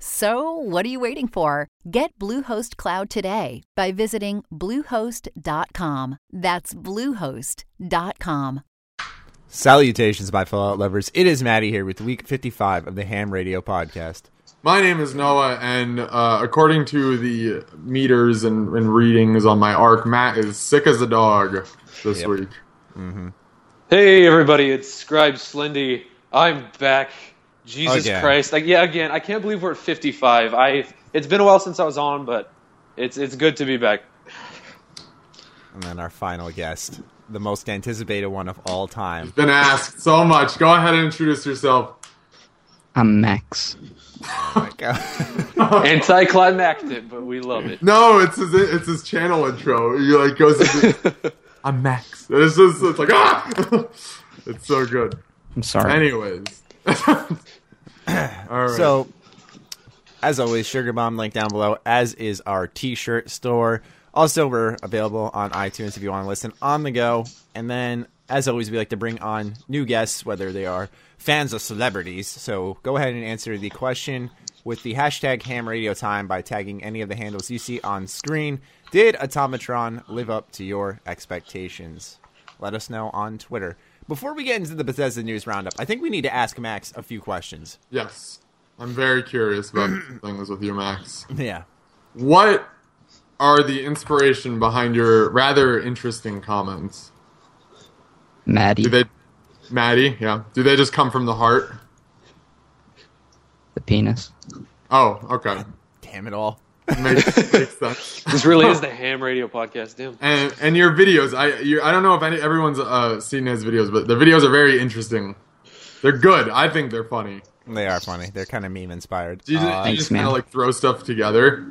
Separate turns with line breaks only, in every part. So, what are you waiting for? Get Bluehost Cloud today by visiting Bluehost.com. That's Bluehost.com.
Salutations, my Fallout lovers. It is Maddie here with week 55 of the Ham Radio Podcast.
My name is Noah, and uh, according to the meters and, and readings on my arc, Matt is sick as a dog this
Yep.
week.
Hey everybody, it's Scribe Slendy. I'm back. Jesus
Again.
Christ! Like yeah, again. I can't believe we're at 55. I it's been a while since I was on, but it's it's good to be back.
And then our final guest, the most anticipated one of all time.
Been asked so much. Go ahead and introduce yourself.
I'm Max.
Like, uh,
Anticlimactic, but we love it.
No, it's his it's his channel intro. He like goes. Into, I'm Max. It's just it's like ah, it's so good.
I'm sorry.
Anyways, all right.
so, as always, Sugar Bomb link down below, as is our t shirt store. Also, we're available on iTunes if you want to listen on the go. And then, as always, we like to bring on new guests, whether they are fans of celebrities. So, go ahead and answer the question with the hashtag ham radio time by tagging any of the handles you see on screen. Did Automatron live up to your expectations? Let us know on Twitter. Before we get into the Bethesda news roundup, I think we need to ask Max a few questions.
yes, I'm very curious about things with you, Max.
Yeah.
What are the inspiration behind your rather interesting comments?
Maddie.
Do they, Maddie? Yeah. Do they just come from the heart?
the penis.
Oh, okay.
Damn it all.
Makes, makes sense.
This really is the Ham Radio Podcast. Damn.
And and your videos, I you, I don't know if any, everyone's uh, seen his videos, but the videos are very interesting. They're good. I think they're funny.
They are funny. They're kind of meme inspired.
Do you, ju- do you
Uh, thanks,
just kind of
man.
like throw stuff together?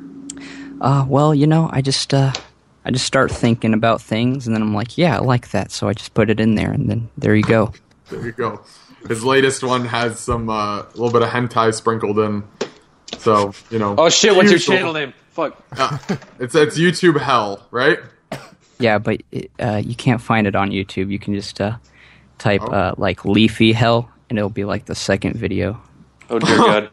Uh, well, you know, I just uh, I just start thinking about things, and then I'm like, yeah, I like that, so I just put it in there, and then there you go.
There you go. His latest one has some a little bit of hentai sprinkled in. So you know.
Oh shit! What's your
usual.
channel name? Fuck.
It's it's YouTube hell, right?
Yeah, but it, uh, you can't find it on YouTube. You can just uh, type
Oh.
uh, like leafy hell, and it'll be like the second video.
Oh dear God.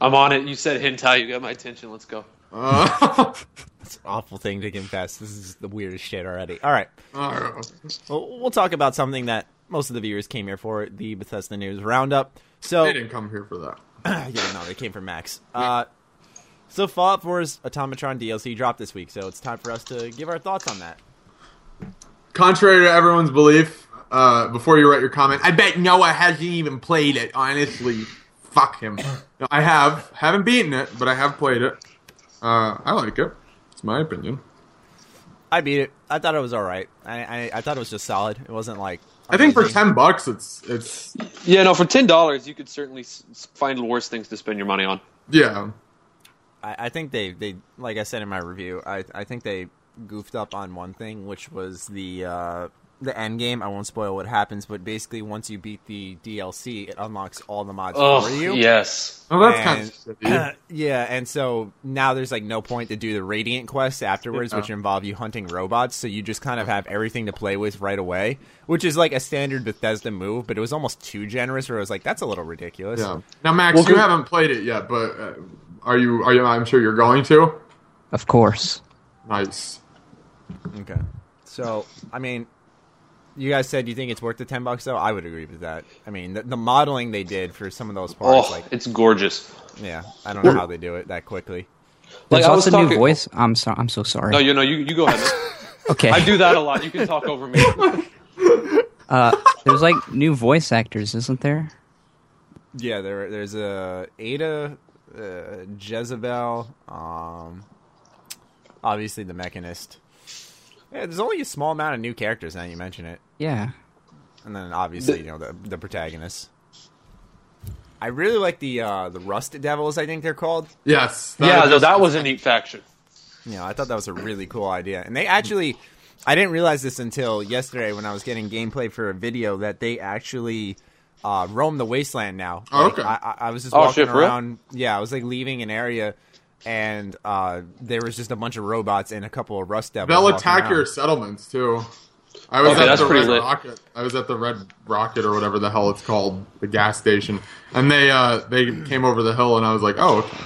I'm on it. You said hentai. You got my attention. Let's go.
Uh,
It's an awful thing to confess. This is the weirdest shit already. All right.
I don't know.
Well, we'll talk about something that most of the viewers came here for the Bethesda News Roundup. So,
They didn't come here for that.
yeah, no, they came from Max. Uh, so, Fallout 4's Automatron DLC dropped this week, so it's time for us to give our thoughts on that.
Contrary to everyone's belief, uh, before you write your comment, I bet Noah hasn't even played it. Honestly, fuck him. No, I have haven't beaten it, but I have played it. Uh, I like it. It's my opinion.
I beat it. I thought it was all right. I, I, I thought it was just solid. It wasn't like.
I think for
amazing.
ten bucks, it's it's
Yeah, no. For ten dollars, you could certainly s- s- find worse things to spend your money on.
yeah.
I, I think they, they like I said in my review, I I think they goofed up on one thing, which was the uh, the end game. I won't spoil what happens, but basically once you beat the DLC, it unlocks all the mods
Oh
for you.
yes.
Oh, that's kind of
And-
shitty.
yeah, and so now there's like no point to do the Radiant quests afterwards,
Yeah.
which involve you hunting robots. So you just kind of have everything to play with right away, which is like a standard Bethesda move. But it was almost too generous, where it was like, that's a little ridiculous.
Yeah. Now, Max,
Well,
you
good-
haven't played it yet, but uh, are you? Are you? I'm sure you're going to.
Of course.
Nice.
Okay. So, I mean, you guys said you think it's worth the 10 bucks though. I would agree with that. I mean, the, the modeling they did for some of those parts
Oh,
like
it's gorgeous.
yeah, I don't know how they do it that quickly.
Like
There's
I was
also a new
talking-
voice. I'm sorry. I'm so sorry.
No, you know you you go ahead. man.
okay.
I do that a lot. You can talk over me.
Uh, there's like new voice actors, isn't there?
Yeah, there there's a Ada uh, Jezebel, um, obviously the Mechanist. Yeah, there's only a small amount of new characters now you mention it,
Yeah.
and then obviously you know the the protagonists. I really like the uh, the Rust Devils. I think they're called.
Yes.
yeah, though that was a neat faction.
You know, I thought that was a really cool idea. And they actually, I didn't realize this until yesterday when I was getting gameplay for a video that they actually uh, roam the wasteland now.
Oh,
Like,
okay.
I, I- I was just
Oh,
walking
shit, for real?
around. Yeah, I was like leaving an area, and uh, there was just a bunch of robots and a couple of rust devils.
They'll
walking
attack
around.
your settlements too. I was
Okay,
at
that's
the
pretty
Red
lit.
Rocket. I was at the Red Rocket or whatever the hell it's called, the gas station, and they uh, they came over the hill, and I was like, oh, okay.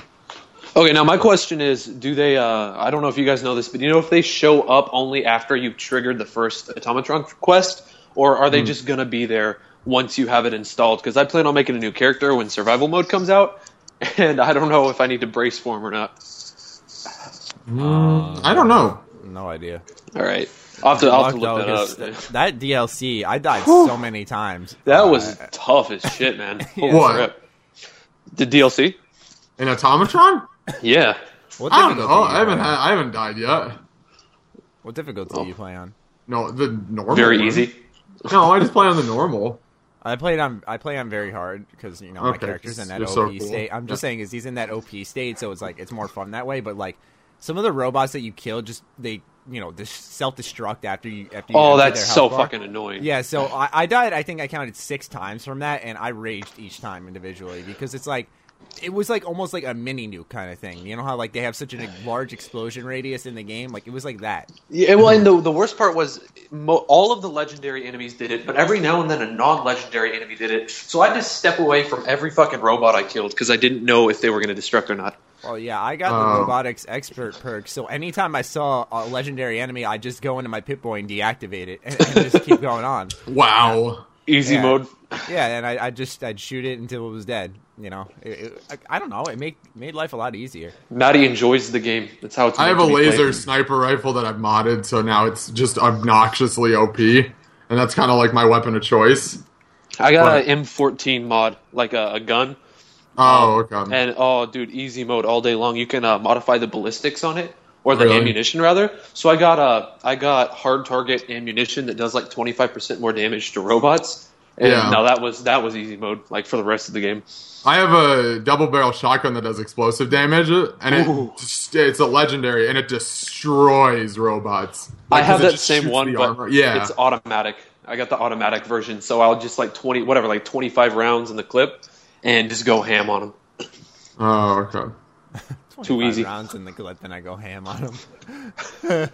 Okay, now my question is: Do they? Uh, I don't know if you guys know this, but do you know if they show up only after you've triggered the first automatron quest, or are they just gonna be there once you have it installed? Because I plan on making a new character when survival mode comes out, and I don't know if I need to brace for him or not.
I don't know.
No idea.
All right, I'll have to, I'll have
Fuck,
to look
though,
that
'cause
up.
that DLC, I died so many times.
That
Uh,
was tough as shit, man.
What?
Rip. The DLC?
An automatron?
Yeah.
what
I don't
difficulty
know.
you
I haven't Oh.
play on?
had, I haven't died yet.
What difficulty do you play on?
No, the normal.
Very
one.
easy.
No, I just play on the normal.
I played on I play on very hard because you know my
Okay,
character's in that
you're
OP
so cool.
state. I'm just
Yeah.
saying is he's in that OP state, so it's like it's more fun that way. But like some of the robots that you kill, just they you know self destruct after you after you
Oh,
empty
that's
their
so
health bar.
fucking annoying.
Yeah, so I, I died. I think I counted six times from that, and I raged each time individually because it's like it was like almost like a mini nuke kind of thing. You know how like they have such a large explosion radius in the game, like it was like that.
Yeah, well, and the, the worst part was mo- all of the legendary enemies did it, but every now and then a non legendary enemy did it. So I had to step away from every fucking robot I killed because I didn't know if they were going to destruct or not.
Well, yeah, I got the
Oh.
robotics expert perk, so anytime I saw a legendary enemy, I just go into my pit boy and deactivate it, and, and just keep going on.
Wow.
Easy
Yeah.
mode.
Yeah, and I, I just I'd shoot it until it was dead. You know, It- it- I, I don't know. It made made life a lot easier.
Maddie enjoys the game. That's how it's.
I have a
meant to be
laser
played.
sniper rifle that I've modded, so now it's just obnoxiously OP, and that's kind of like my weapon of choice.
I got
Right.
an M14 mod, like a, a gun,
Oh, okay.
and oh, dude, easy mode all day long. You can uh, modify the ballistics on it or the
Really?
ammunition rather. So I got uh, I got hard target ammunition that does like twenty five percent more damage to robots. And
Yeah.
now that was that was easy mode, like for the rest of the game.
I have a double barrel shotgun that does explosive damage, and
Ooh.
it, just- it's a legendary, and it destroys robots.
I
Like, 'cause
have
it
that
just
same
shoots
one,
the
but
armor. yeah,
it's automatic. I got the automatic version, so I'll just like twenty, whatever, like twenty five rounds in the clip, and just go ham on them.
oh okay.
Too
25
easy.
rounds in the clip, and I go ham on them. I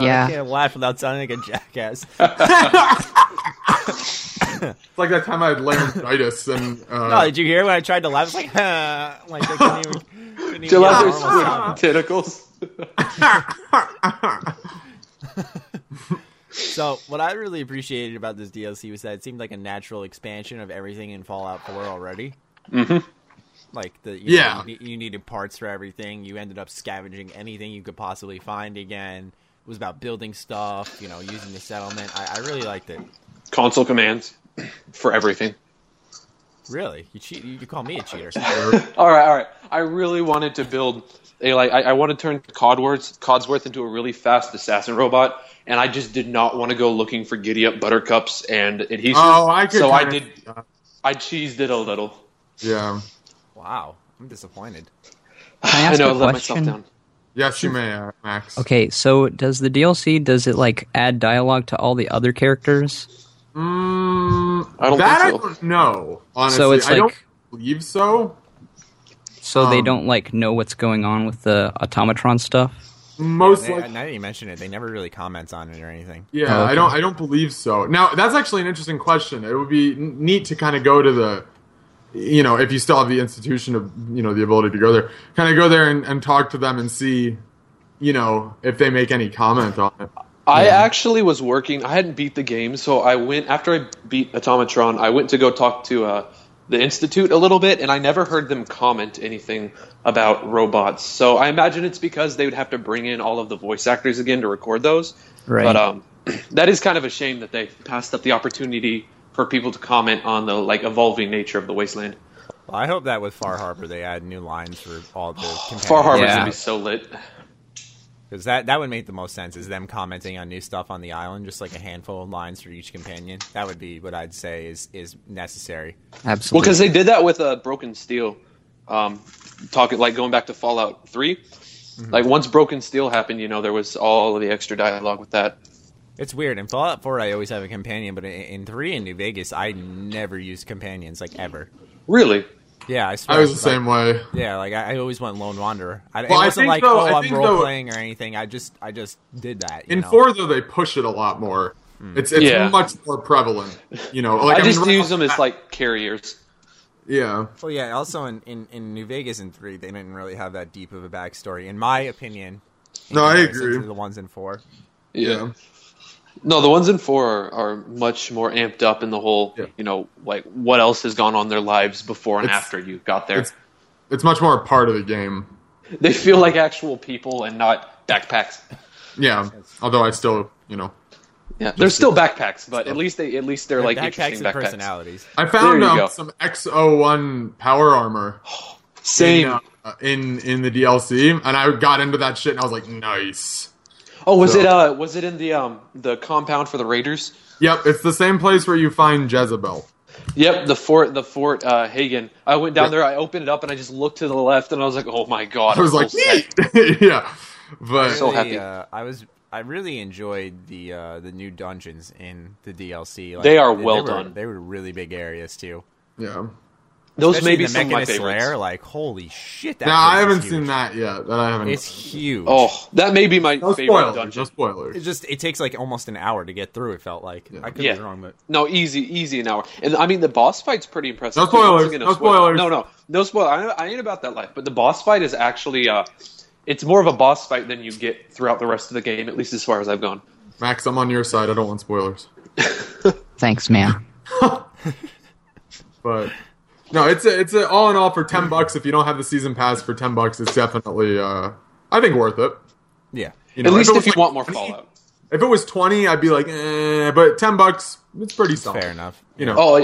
Yeah.
can't laugh without sounding like a jackass.
It's like that time I had laryngitis, and uh,
oh, did you hear when I tried to laugh? It's like, huh, like I couldn't even. couldn't even
Till
get
I
a
was
normal sound.
with tentacles.
So what I really appreciated about this DLC was that it seemed like a natural expansion of everything in Fallout 4 already. Mm-hmm. Like the you
Yeah.
know, you, ne- you needed parts for everything. You ended up scavenging anything you could possibly find. Again, it was about building stuff. You know, using the settlement. I, I really liked it.
Console commands for everything.
Really, you cheat. You could call me a cheater.
All right, all right. I really wanted to build a like. I, I want to turn Codworth Codsworth into a really fast assassin robot, and I just did not want to go looking for giddy up buttercups and adhesives.
oh, I could
so I did.
kinda-
I cheesed it a little.
Yeah,
wow, I'm disappointed.
Can I
I
ask
know,
a
I let myself
question?
down.
yes, you may, uh, Max.
Okay, so does the DLC does it like add dialogue to all the other characters?
Mm,
I don't
that
think so.
I don't know. Honestly,
So it's
I don't
like-
believe so.
So they
Um,
don't like know what's going on with the automatron stuff?
Most
They,
likely,
now that you mention it, they never really comments on it or anything.
Yeah,
Oh,
I
okay.
don't. I don't believe so. Now, that's actually an interesting question. It would be n- neat to kind of go to the, you know, if you still have the institution of, you know, the ability to go there, kind of go there and, and talk to them and see, you know, if they make any comment on it.
I actually was working. I hadn't beat the game, so I went after I beat Automatron. I went to go talk to uh, the Institute a little bit, and I never heard them comment anything about robots. So I imagine it's because they would have to bring in all of the voice actors again to record those.
Right.
But um, that is kind of a shame that they passed up the opportunity for people to comment on the like evolving nature of the wasteland.
Well, I hope that with Far Harbor they add new lines for all the companions.
Far Harbor's
Yeah.
gonna be so lit.
because that that would make the most sense is them commenting on new stuff on the island, just like a handful of lines for each companion. That would be what I'd say is is necessary.
Well,
Absolutely.
because they did that with uh, Broken Steel. Um, talking like going back to Fallout 3
Mm-hmm.
Like once Broken Steel happened, you know there was all of the extra dialogue with that.
It's weird. In Fallout 4, I always have a companion, but in, in 3 in New Vegas, I never use companions, like, ever.
Really,
Yeah, I swear.
I was the
it's like-
same way.
Yeah, like, I, I always went Lone Wanderer. I, it
Well, I
wasn't
think
like,
though-
oh,
I
I'm
think though-
role-playing or anything. I just I just did that, you
In
know?
four though, they push it a lot more.
Hmm.
It's it's
Yeah.
much more prevalent. You know, like
I just
mean, right
use
off
them
the
as
bat-
like carriers.
yeah.
Well, yeah. Also, in, in, in New Vegas in three, they didn't really have that deep of a backstory, in my opinion. in
No, I
comparison
agree.
To the ones in four,
Yeah.
No, the ones in four are, are much more amped up in the whole,
Yeah.
you know, like what else has gone on their lives before and
It's-
after you got there.
It's it's much more a part of the game.
They feel like actual people and not backpacks.
Yeah. Although I still, you know,
Yeah, they're still backpacks, but at least they at least they're like
backpacks
interesting
and
backpacks.
personalities.
I found
you
um,
go.
some X01 power armor in,
Same.
uh, in in the DLC, and I got into that shit, and I was like, nice.
Oh, was
So-
it uh was it in the um the compound for the Raiders?
Yep, it's the same place where you find Jezebel.
Yep, the fort the fort uh Hagen. I went down
Yeah.
there, I opened it up and I just looked to the left and I was like, "Oh my god."
I was
I'm
like,
so sad.
"Yeet." yeah, but
So
really,
happy.
Uh, I was. I really enjoyed the uh, the new dungeons in the DLC. Like,
They are well
were-
done.
They were really big areas too.
yeah.
those may
Especially
be
the
some of my
Mechanist
favorites.
Lair, like holy shit! That
Now I
place is
haven't
huge.
seen that yet. That I haven't.
It's huge.
Oh, that may be my
no
favorite
spoilers.
dungeon.
No spoilers.
it just it takes like almost an hour to get through. It felt like I could
Yeah.
be wrong, but
No, easy, easy an hour. And I mean, the boss fight's pretty impressive.
No
too. Once
spoilers,
again,
no spoilers.
No, no, no spoiler. I, I ain't about that life, but the boss fight is actually, uh, it's more of a boss fight than you get throughout the rest of the game, at least as far as I've gone.
Max, I'm on your side. I don't want spoilers.
Thanks, man.
But no, it's a, it's a, all in all for ten bucks. If you don't have the season pass for ten bucks, it's definitely uh, I think worth it.
yeah.
You know,
at least
it
if,
was
you
like
want more
20
Fallout.
If it was twenty, I'd be like, eh, but ten bucks, it's pretty solid.
Fair enough.
You know,
Oh,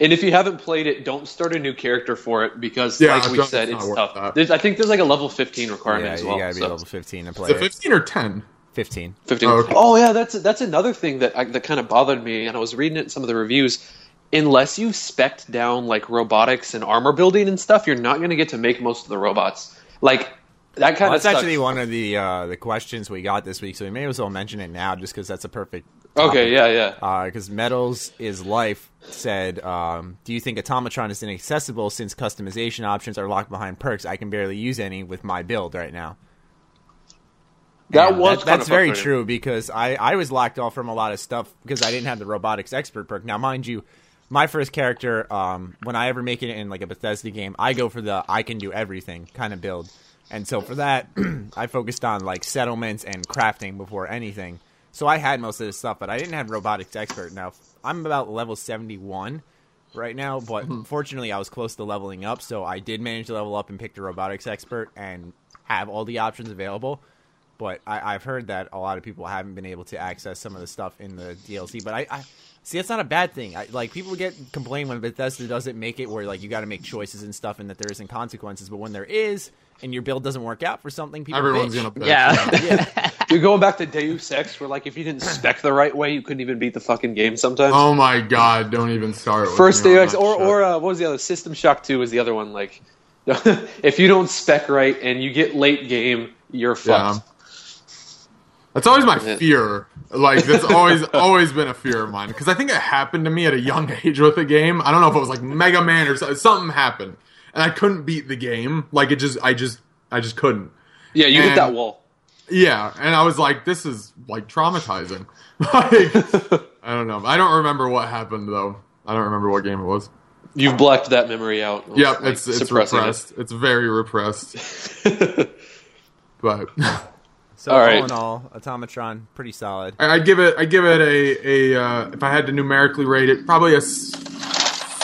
and if you haven't played it, don't start a new character for it because,
Yeah,
like we
it's
said,
not
it's
worth
tough.
that.
There's, I think there's like a level 15
Yeah,
requirement as well.
you gotta be
so-
level fifteen to play
is it
it.
fifteen or ten?
Fifteen.
15.
Oh, okay.
Oh yeah, that's that's another thing that I, that kind of bothered me, and I was reading it in some of the reviews. Unless you spec down like robotics and armor building and stuff, you're not going to get to make most of the robots. Like that kind
Well,
of
that's
sucks.
actually one of the uh, the questions we got this week, so we may as well mention it now, just because that's a perfect.
Okay, yeah, yeah.
Because Uh, Metals is Life said, um, "Do you think Automatron is inaccessible since customization options are locked behind perks? I can barely use any with my build right now."
that
And
was kind
that's
of
very
frustrating.
true because I I was locked off from a lot of stuff because I didn't have the robotics expert perk. Now, mind you. My first character, um, when I ever make it in like a Bethesda game, I go for the I can do everything kind of build, and so for that, I focused on like settlements and crafting before anything. So I had most of this stuff, but I didn't have robotics expert. Now I'm about level seventy one right now, but
Mm-hmm.
fortunately I was close to leveling up, so I did manage to level up and pick the robotics expert and have all the options available but I, I've heard that a lot of people haven't been able to access some of the stuff in the DLC. But I, I see it's not a bad thing. I, like people get complain when Bethesda doesn't make it where like you got to make choices and stuff, and that there isn't consequences. But when there is, and your build doesn't work out for something, people
Everyone's
bitch.
gonna. Bitch.
You're going back to Deus Ex, where like if you didn't spec the right way, you couldn't even beat the fucking game sometimes.
Oh my god! Don't even start. with
First
me on
Deus Ex,
that
or
shit.
or uh, what was the other? System Shock Two was the other one. Like, if you don't spec right and you get late game, you're fucked.
Yeah. That's always my
Yeah.
fear. Like that's always always been a fear of mine because I think it happened to me at a young age with a game. I don't know if it was like Mega Man or so- something happened, and I couldn't beat the game. Like it just, I just, I just couldn't.
Yeah, you hit
And-
that wall.
Yeah, and I was like, this is like traumatizing. like I don't know. I don't remember what happened though. I don't remember what game it was.
You've blacked that memory out.
Yep,
Like,
it's it's
suppressing it.
repressed. It's very repressed. but
So
All
all,
right.
in all, Automatron pretty solid.
I- I'd give it. I'd give it a a. Uh, if I had to numerically rate it, probably a s-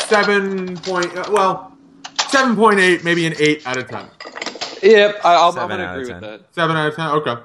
seven point. Uh, well, seven point eight, maybe an eight out of ten.
Yep, I, I'll, I'm
Seven
gonna
out of
agree with
ten.
that.
Seven out of ten. Okay.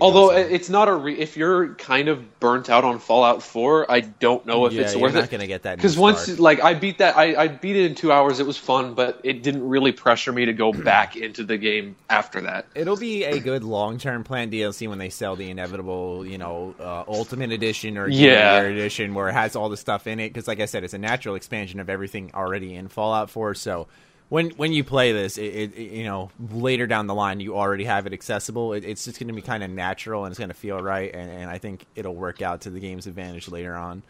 Although
guess.
it's not a re- if you're kind of burnt out on Fallout 4, I don't know if
Yeah,
it's
you're
worth
not
it.
gonna get that new
because once
spark.
like I beat that, I, I beat it in two hours. It was fun, but it didn't really pressure me to go back into the game after that.
It'll be a good long-term plan DLC when they sell the inevitable, you know, uh, Ultimate Edition or Game
Yeah.
Gear Edition, where it has all the stuff in it. Because, like I said, it's a natural expansion of everything already in Fallout 4. So, when when you play this, it, it, it- you know later down the line you already have it accessible. It, it's just going to be kind of natural and it's going to feel right, and, and I think it'll work out to the game's advantage later on.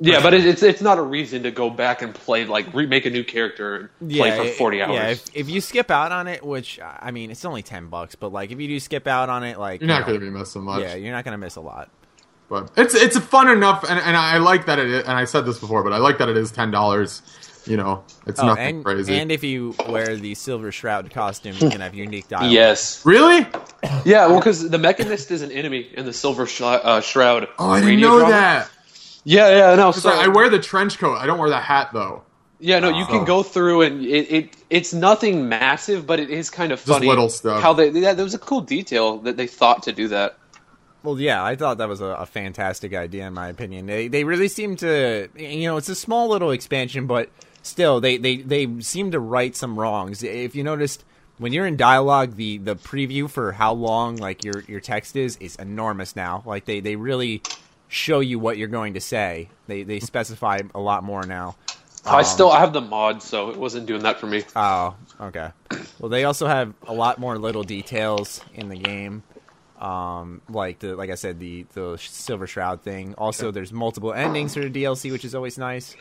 Yeah, but it, it's it's not a reason to go back and play like remake a new character and play for
it-
40 hours.
Yeah, if, if you skip out on it, which I mean, it's only ten bucks, but like if you do skip out on it, like
You're not
you
going
know,
to be missing much.
yeah, you're not going to miss a lot.
But it's it's fun enough, and, and I like that it. Is, and I said this before, but I like that it is ten dollars. You know, it's
Oh,
nothing
and,
crazy.
and if you wear the silver shroud costume, you can have unique dialogue.
Yes.
really?
Yeah, well, because the Mechanist is an enemy in the Silver Sh- uh, Shroud.
Oh, I didn't
radio
know
drama.
that.
Yeah, yeah, no.
'Cause
So
I I wear the trench coat. I don't wear the hat though.
Yeah, no, you
Oh.
can go through and it, it it's nothing massive, but it is kind of funny.
little stuff.
How they yeah, there was a cool detail that they thought to do that.
Well, yeah, I thought that was a, a fantastic idea, in my opinion. They they really seem to, you know, it's a small little expansion, but still, they they they seem to right some wrongs. If you noticed. When you're in dialogue, the, the preview for how long like your, your text is is enormous now. Like they, they really show you what you're going to say. They they specify a lot more now.
Um,
I still I have the mod, so it wasn't doing that for me.
Oh, okay. Well, they also have a lot more little details in the game. Um, like the like I said, the the silver shroud thing. Also, there's multiple endings for the DLC, which is always nice.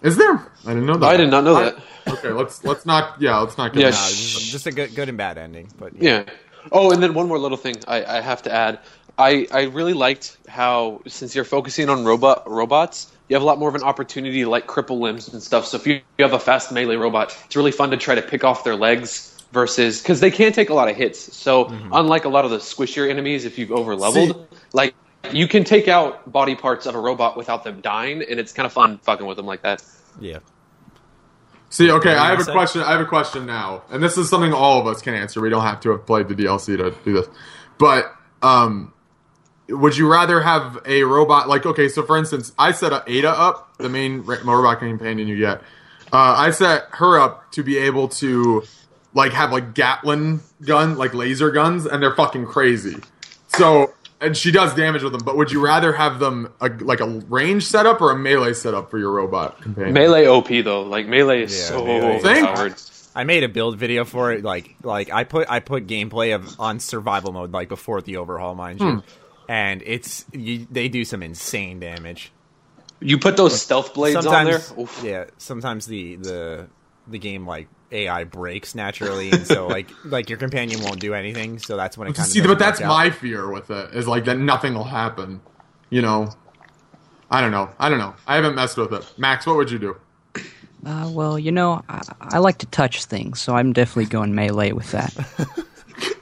Is there? I didn't know that.
I did not know
I-
that.
Okay, let's let's not. Yeah, let's not get
Yeah,
mad.
Uh,
sh-
just a good good and bad ending, but
Yeah. Oh, and then one more little thing I, I have to add. I, I really liked how since you're focusing on robot robots, you have a lot more of an opportunity to like cripple limbs and stuff. So if you, you have a fast melee robot, it's really fun to try to pick off their legs versus because they can take a lot of hits. So
Mm-hmm.
unlike a lot of the squishier enemies, if you've over leveled, like you can take out body parts of a robot without them dying, and it's kind of fun fucking with them like that.
yeah.
See, okay, I have a
say?
question. I have a question now, and this is something all of us can answer. We don't have to have played the DLC to do this. But um, would you rather have a robot? Like, okay, so for instance, I set a Ada up, the main ra- robot companion you get. Uh, I set her up to be able to like have like Gatlin gun, like laser guns, and they're fucking crazy. So. And she does damage with them, but would you rather have them a, like a range setup or a melee setup for your robot companion?
Melee OP though, like melee is
Yeah,
so
melee is-
Think?
overpowered.
I made a build video for it. Like like I put I put gameplay of on survival mode, like before the overhaul, mind you. And it's you, they do some insane damage.
You put those stealth blades
sometimes,
on there. Oof.
yeah. Sometimes the the the game like AI breaks naturally, and so like like your companion won't do anything. So that's when it kind
See,
of
but that's my fear with it is like that nothing will happen. You know, I don't know. I don't know. I haven't messed with it. Max, what would you do?
Uh, well, you know, I, I like to touch things, so I'm definitely going melee with that.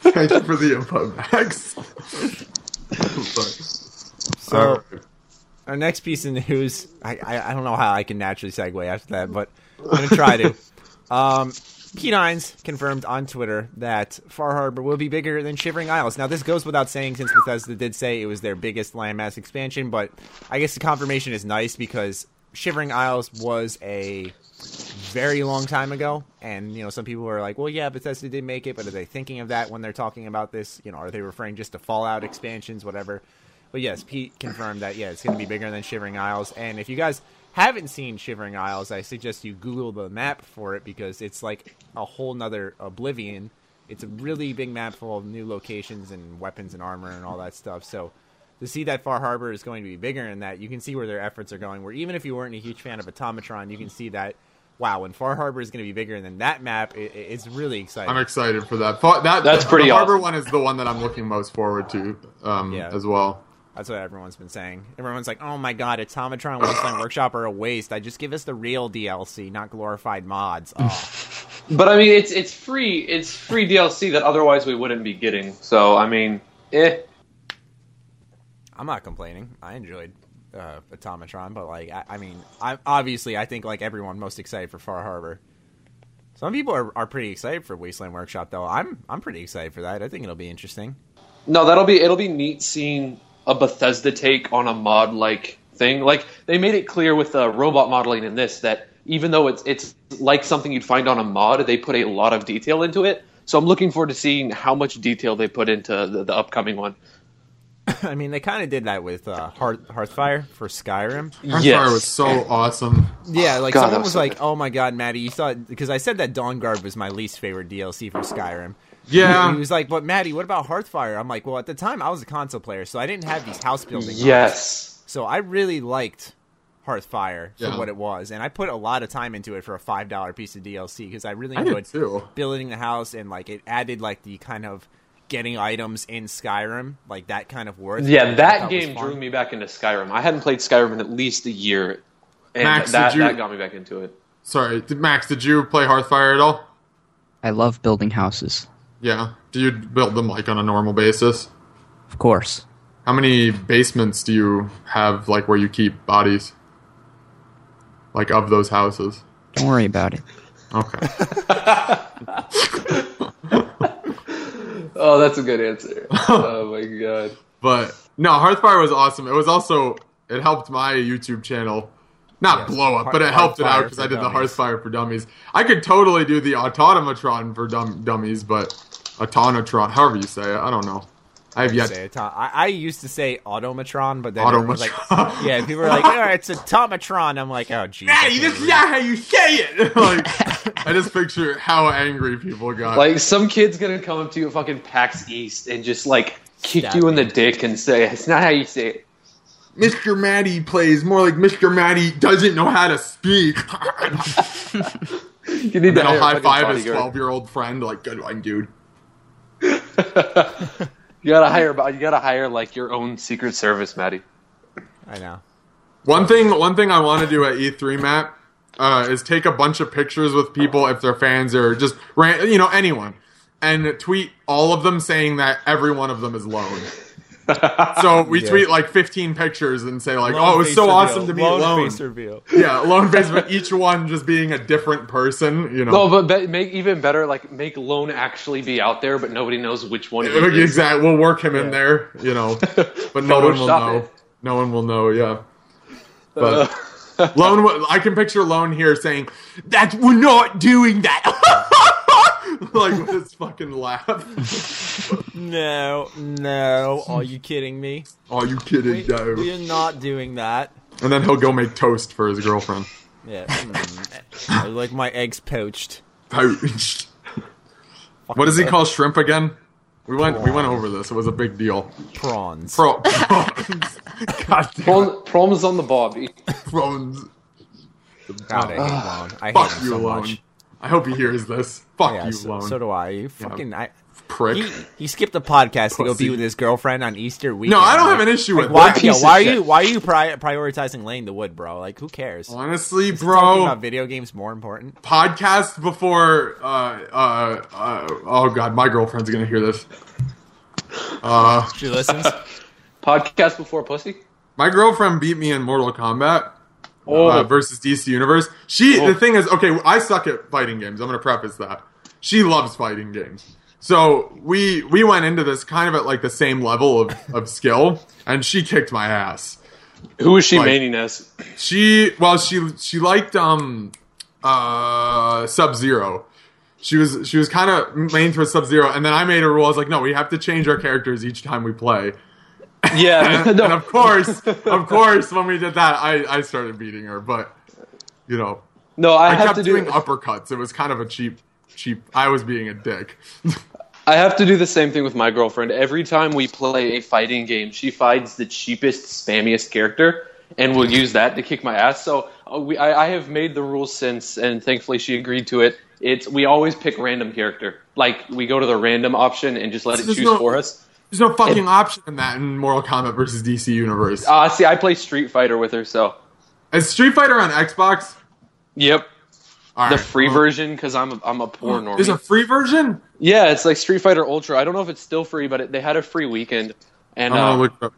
Thank you for the input, Max. I'm sorry. uh,
So
Uh,
our next piece of news, I, I I don't know how I can naturally segue after that, but I'm gonna try to. Um, Pete Hines confirmed on Twitter that Far Harbor will be bigger than Shivering Isles. Now, this goes without saying since Bethesda did say it was their biggest landmass expansion, but I guess the confirmation is nice because Shivering Isles was a very long time ago, and you know some people are like, "Well, yeah, Bethesda did make it, but are they thinking of that when they're talking about this? You know, are they referring just to Fallout expansions, whatever?" But yes, Pete confirmed that yeah, it's going to be bigger than Shivering Isles. And if you guys haven't seen Shivering Isles, I suggest you Google the map for it because it's like a whole nother Oblivion. It's a really big map full of new locations and weapons and armor and all that stuff. So to see that Far Harbor is going to be bigger than that, you can see where their efforts are going. Where even if you weren't a huge fan of Automatron, you can see that wow, when Far Harbor is going to be bigger than that map, it, it- it's really exciting.
I'm excited for that. Fa- that
That's
the,
pretty
The harbor
awesome.
one is the one that I'm looking most forward to um,
Yeah.
as well.
That's what everyone's been saying. Everyone's like, "Oh my god, Automatron and Wasteland Workshop are a waste. I just give us the real DLC, not glorified mods." Oh,
But I mean, it's it's free. It's free DLC that otherwise we wouldn't be getting. So I mean, eh.
I'm not complaining. I enjoyed uh, Automatron, but like, I, I mean, I obviously, I think like everyone most excited for Far Harbor. Some people are, are pretty excited for Wasteland Workshop, though. I'm I'm pretty excited for that. I think it'll be interesting.
No, that'll be it'll be neat seeing a Bethesda take on a mod like thing. Like they made it clear with the robot modeling in this that even though it's it's like something you'd find on a mod, they put a lot of detail into it. So I'm looking forward to seeing how much detail they put into the, the upcoming one.
I mean, they kind of did that with uh, Hearth Hearthfire for Skyrim.
Hearthfire
Yes.
was so awesome.
Yeah, like
God, that
someone
was
was
so
like, "Oh my god, Maddie, you thought because I said that Dawn Guard was my least favorite DLC for Skyrim."
Yeah.
And he was like, "But Maddie, what about Hearthfire?" I'm like, "Well, at the time I was a console player, so I didn't have these house building. mods.
Yes.
So I really liked Hearthfire for
Yeah.
what it was, and I put a lot of time into it for a five dollar piece of DLC because I really
I
enjoyed
did too.
building the house and like it added like the kind of getting items in Skyrim, like that kind of worth.
Yeah,
I
that
thought was
game
fun.
drew me back into Skyrim. I hadn't played Skyrim in at least a year, and
Max,
that,
did you-
that got me back into it.
Sorry, did, Max, did you play Hearthfire at all?
I love building houses,
Yeah. Do you build them like on a normal basis?
of course.
How many basements do you have, like where you keep bodies, like of those houses?
Don't worry about it.
Okay.
Oh, that's a good answer. oh my god.
But no, Hearthfire was awesome. It was also it helped my YouTube channel not blow up, but it
Hearth-
helped it out
Hearthfire
because
for
I did the
Dummies.
Hearthfire for Dummies. I could totally do the Automatron for dum- Dummies, but Automatron, however you say it, I don't know. I have yet.
say auto- I, I used to say automatron, but then everyone was
Automatron.
like, yeah, people were like, oh, it's automatron. I'm like, oh, geez. I
Hey,
can't
this is
read.
not how you say it. like, I just picture how angry people got.
Like some kid's gonna come up to you at fucking PAX East and just like kick
Stab
you in
you.
the dick and say it's not how you say it.
Mr. Maddie plays more like Mr. Maddie doesn't know how to speak.
You need
then
to
I'll
hire a
high
fucking
five his
bodyguard.
twelve-year-old friend. Like, good one, dude.
You gotta hire. You gotta hire like your own secret service, Maddie.
I know.
One thing, one thing I want to do at E3, Matt, uh, is take a bunch of pictures with people if they're fans or just ran, you know anyone, and tweet all of them saying that every one of them is Lone. so we
Yeah.
tweet like 15 pictures and say like,
Lone
"Oh, it was
face
so
reveal.
awesome to meet Lone."
face reveal.
yeah, Lone face, but each one just being a different person. You know,
No, Oh, but be- make even better. Like make Lone actually be out there, but nobody knows which one. It is.
exactly. We'll work him in there. You know, but no one will
Photoshop
know.
it. Uh.
No one will know. Yeah. But Lone, wa- I can picture Lone here saying, "That we're not doing that." like with his fucking laugh.
No, no. Are you kidding me?
Are you kidding? No.
We are not doing that.
And then he'll go make toast for his girlfriend.
Yeah. mm. I like my eggs poached.
Toast. what does he call shrimp again? We went. We went over this. It was a big deal.
Prawns.
Pro. prawns. God damn it,
Prom, prom's on the bobby.
prawns.
God, I hate Lone. I hate
Ah. Fuck
him
you,
so
Lone.
much.
I hope he hears this. Fuck
Yeah,
you,
so,
Lone.
so do I. You fucking. I,
Prick.
he, he skipped the podcast to go
Pussy.
be with his girlfriend on Easter weekend.
no, I don't have
Like,
an issue with
Why,
that.
yo,
piece of
why are
shit.
you why are you pri- prioritizing laying the wood, bro? Like, who cares?
Honestly,
Oh.
Talking about
bro,
video games more important.
podcast before. Uh, uh, uh, oh god, my girlfriend's gonna hear this. Uh,
She listens.
Podcast before pussy.
my girlfriend beat me in Mortal Kombat.
Oh,
uh, versus DC Universe. She
Oh.
the thing is, okay, I suck at fighting games. I'm gonna preface that. She loves fighting games. So we we went into this kind of at like the same level of, of skill, and she kicked my ass.
who is she
like-
maining as?
She well she she liked um uh Sub Zero. She was she was kind of main for Sub Zero, and then I made a rule. I was like, no, we have to change our characters each time we play.
Yeah, no,
And of course, of course, when we did that, I I started beating her, but you know
no. I,
I,
have
kept
to do.
doing uppercuts. It was kind of a cheap, cheap. I was being a dick.
I have to do the same thing with my girlfriend. Every time we play a fighting game, she finds the cheapest, spammiest character and will use that to kick my ass. So uh, we, I, I have made the rule since, and thankfully she agreed to it. It's we always pick random character. Like we go to the random option and just let it
There's
choose
no-
for us.
There's no fucking option in that in Mortal Kombat versus DC Universe.
Uh, see, I play Street Fighter with her, so
Is Street Fighter on Xbox?
yep,
All
the
right.
free version because I'm a, I'm a poor normie.
Uh-huh. There's a free version.
yeah, it's like Street Fighter Ultra. I don't know if it's still free, but it, they had a free weekend, and
I'm
uh,
gonna look it up.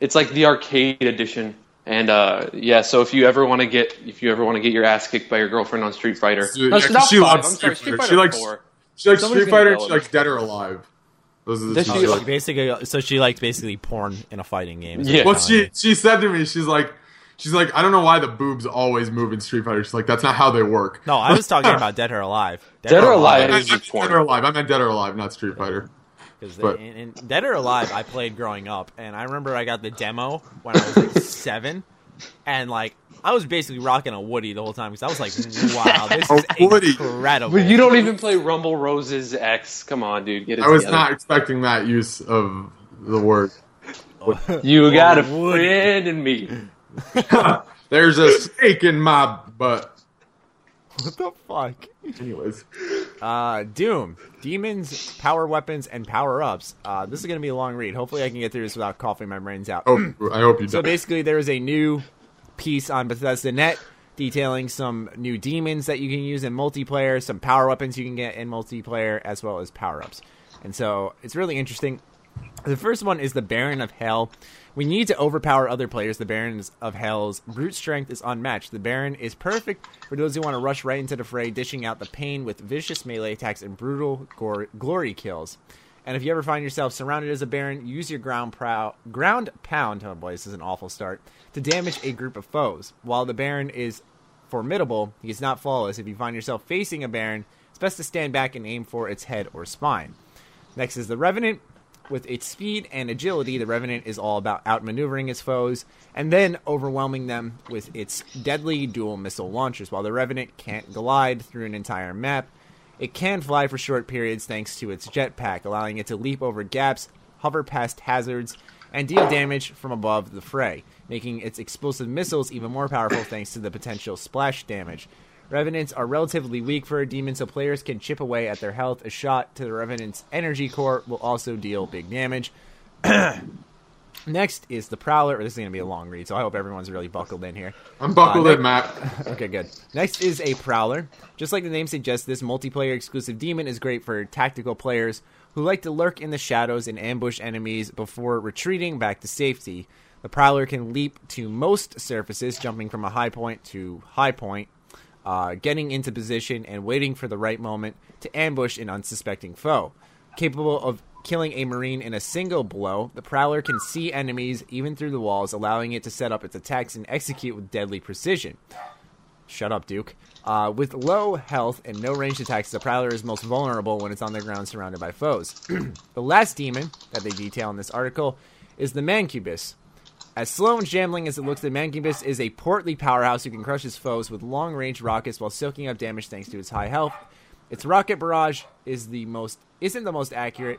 it's like the arcade edition and uh yeah so if you ever want to get if you ever want to get your ass kicked by your girlfriend on street fighter
Dude,
No,
yeah,
not
she
five,
Oh,
loves Street
I'm sorry, Street
Fighter.
Fighter
She likes-
four.
She likes
Somebody's
Street
gonna
Fighter.
yell at
She
me.
likes Dead or Alive. Those are the
Does
two
she-
she
She basically, so she liked basically porn in a fighting game. is what
Yeah.
you're
Well,
telling
she
me.
she said to me, she's like, she's like, I don't know why the boobs always move in Street Fighter. She's like, that's not how they work.
No, I was talking about Dead or Alive.
Dead or Alive
I, I
is just
meant
porn.
Dead or Alive. I meant Dead or Alive, not Street Fighter.
'Cause
But-
they- and, and Dead or Alive, I played growing up, and I remember I got the demo when I was like seven, and like I was basically rocking a Woody the whole time because I was like, "Wow, this is
A Woody.
incredible."
But you don't even play Rumble Roses X. Come on, dude, get it.
I was
together.
not expecting that use of the word.
You got a
would.
friend in me.
There's a snake in my butt.
what the fuck?
Anyways,
Uh, Doom, demons, power weapons, and power ups. Uh, this is gonna be a long read. Hopefully, I can get through this without coughing my brains out.
oh, I hope you
So
don't.
basically, there is a new piece on Bethesda Net detailing some new demons that you can use in multiplayer, some power weapons you can get in multiplayer, as well as power ups. And so it's really interesting. The first one is the Baron of Hell. We need to overpower other players. The Baron of Hell's brute strength is unmatched. The Baron is perfect for those who want to rush right into the fray, dishing out the pain with vicious melee attacks and brutal gore- glory kills. And if you ever find yourself surrounded as a Baron, use your ground, prow- ground pound, oh boy, this is an awful start, to damage a group of foes. While the Baron is formidable, he is not flawless. If you find yourself facing a Baron, it's best to stand back and aim for its head or spine. Next is the Revenant. With its speed and agility, the Revenant is all about outmaneuvering its foes and then overwhelming them with its deadly dual missile launchers. While the Revenant can't glide through an entire map, it can fly for short periods thanks to its jetpack, allowing it to leap over gaps, hover past hazards, and deal damage from above the fray, making its explosive missiles even more powerful thanks to the potential splash damage. Revenants are relatively weak for a demon, so players can chip away at their health. A shot to the Revenant's energy core will also deal big damage. Next is the Prowler. This is going to be a long read, so I hope everyone's really buckled in here.
I'm buckled
Uh,
in, Matt.
Okay, good. Next is a Prowler. Just like the name suggests, this multiplayer exclusive demon is great for tactical players who like to lurk in the shadows and ambush enemies before retreating back to safety. The Prowler can leap to most surfaces, jumping from a high point to high point, uh, getting into position and waiting for the right moment to ambush an unsuspecting foe. Capable of killing a Marine in a single blow, the Prowler can see enemies even through the walls, allowing it to set up its attacks and execute with deadly precision. Shut up, Duke. Uh, with low health and no ranged attacks, the Prowler is most vulnerable when it's on the ground surrounded by foes. the last demon that they detail in this article is the Mancubus. As slow and shambling as it looks, the Mancubus is a portly powerhouse who can crush his foes with long range rockets while soaking up damage thanks to its high health. Its rocket barrage is the most isn't the most accurate,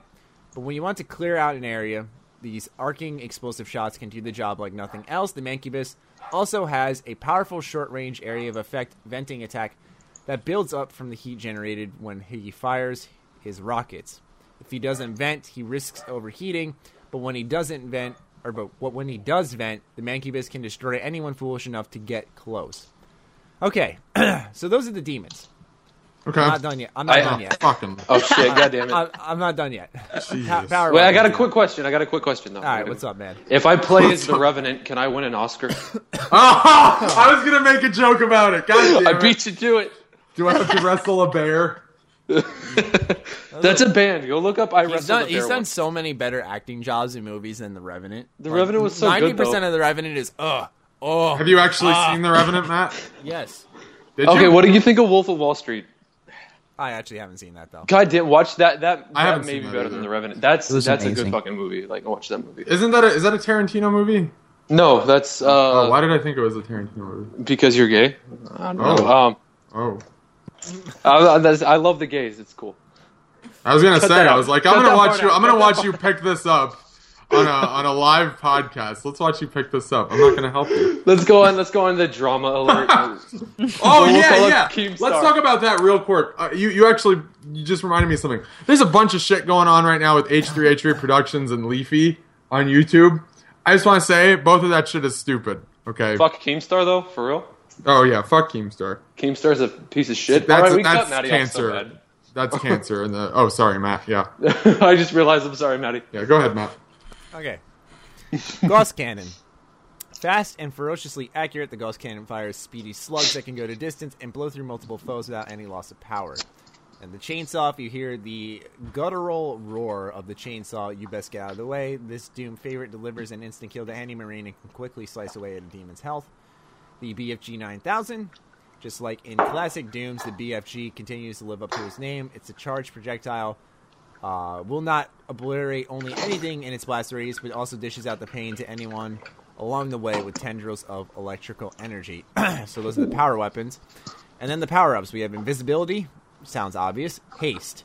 but when you want to clear out an area, these arcing explosive shots can do the job like nothing else. The Mancubus also has a powerful short range area of effect venting attack that builds up from the heat generated when he fires his rockets. If he doesn't vent, he risks overheating, but when he doesn't vent, or but what when he does vent, the Mancubus can destroy anyone foolish enough to get close. Okay, so those are the demons.
Okay.
I'm not done yet. I'm not
I-
done
Oh,
yet.
fucking
Oh shit! God damn it!
I'm, I'm not done yet.
Jesus.
Wait, I
weapons.
got a quick question. I got a quick question though.
All right, what's up, man?
If I play as the Revenant, can I win an Oscar?
Oh, I was gonna make a joke about it. God damn
I
it.
beat you to it.
Do I have to wrestle a bear?
That's a band. Go look up. I
He's
wrestled
done,
the bear
he's done
once.
so many better acting jobs in movies than The Revenant.
The Revenant was so good,
percent
though.
of The Revenant is ugh, oh.
Have you actually seen The Revenant, Matt?
Yes,
Did
Okay,
you?
what do you think of Wolf of Wall Street?
I actually haven't seen that though.
God damn, watch that. That,
I
that
haven't
may
seen
be
that
better than
either.
the Revenant. That's
It was
that's a
amazing.
good fucking movie. Like watch that movie.
Isn't that a, is that a Tarantino movie?
No, that's uh,
Oh, why did I think it was a Tarantino movie?
because you're gay. I don't know.
Oh.
Um,
Oh,
I, I- that's, I love the gays. It's cool.
I was gonna say.
that
I
out.
was like,
Cut
I'm
that
gonna watch
part
you.
out.
I'm gonna
Cut
watch you pick this up on a on a live podcast. Let's watch you pick this up. I'm not gonna help you.
Let's go on. Let's go on the drama alert.
Oh
We'll
yeah,
call it
yeah.
Keemstar.
Let's talk about that real quick. Uh, you you actually you just reminded me of something. There's a bunch of shit going on right now with H3H3 Productions and Leafy on YouTube. I just want to say both of that shit is stupid. Okay.
Fuck Keemstar though, for real.
Oh yeah, fuck Keemstar.
Keemstar's a piece of shit.
That's
All right, we cut
that's
Maddie
cancer.
off
that's cancer. And the oh, sorry, Matt. Yeah,
so bad. I just realized. I'm sorry, Maddie.
yeah. Go ahead, Matt.
Okay. Gauss cannon. Fast and ferociously accurate, the Gauss cannon fires speedy slugs that can go to distance and blow through multiple foes without any loss of power. And the chainsaw, if you hear the guttural roar of the chainsaw, you best get out of the way. This Doom favorite delivers an instant kill to any Marine and can quickly slice away at a demon's health. The BFG 9000, just like in classic Dooms, the BFG continues to live up to its name. It's a charged projectile uh, will not obliterate only anything in its blast radius, but also dishes out the pain to anyone along the way with tendrils of electrical energy. so those are the power weapons. And then the power ups we have invisibility, sounds obvious, haste.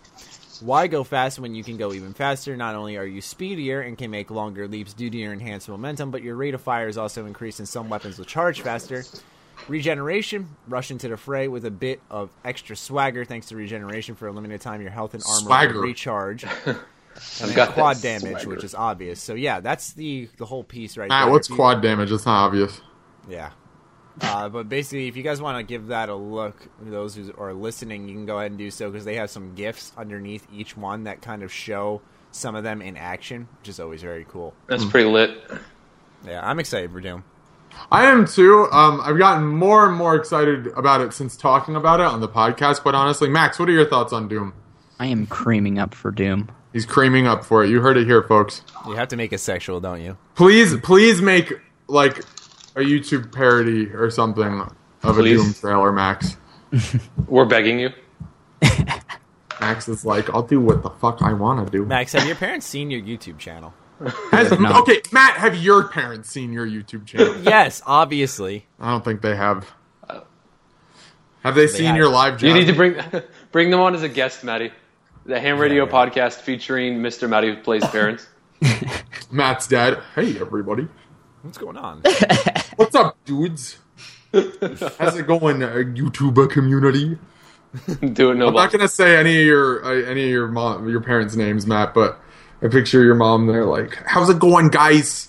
Why go fast when you can go even faster? Not only are you speedier and can make longer leaps due to your enhanced momentum, but your rate of fire is also increased, and some weapons will charge faster. Regeneration, rush into the fray with a bit of extra swagger thanks to regeneration for a limited time. Your health and armor
Swagger.
will recharge. And then
got that
quad damage,
swagger.
which is obvious. So yeah, that's the the whole piece right
Matt,
there.
Ah, what's
If you-
quad damage? It's not obvious.
Yeah. Uh, but basically, if you guys want to give that a look, those who are listening, you can go ahead and do so because they have some gifs underneath each one that kind of show some of them in action, which is always very cool.
That's pretty lit.
Yeah, I'm excited for Doom.
I am too. Um, I've gotten more and more excited about it since talking about it on the podcast. But honestly, Max, what are your thoughts on Doom?
I am creaming up for Doom.
He's creaming up for it. You heard it here, folks.
You have to make it sexual, don't you?
Please, please make like a YouTube parody or something of
Please.
a Doom trailer, Max.
We're begging you.
Max is like, I'll do what the fuck I want to do.
Max, have your parents seen your YouTube channel?
Has-
no.
Okay, Matt, have your parents seen your YouTube channel?
yes, obviously.
I don't think they have. Have they, seen your
have.
live?
You
John?
need to bring bring them on as a guest, Maddie. The Ham Radio
yeah.
podcast featuring Mr. Maddie who plays parents.
Matt's dad. Hey, everybody.
What's going on?
What's up, dudes? How's it going, uh, YouTuber community?
Do it no
I'm not gonna say any of your uh, any of your mom your parents' names, Matt, but I picture your mom there like, "How's it going, guys?"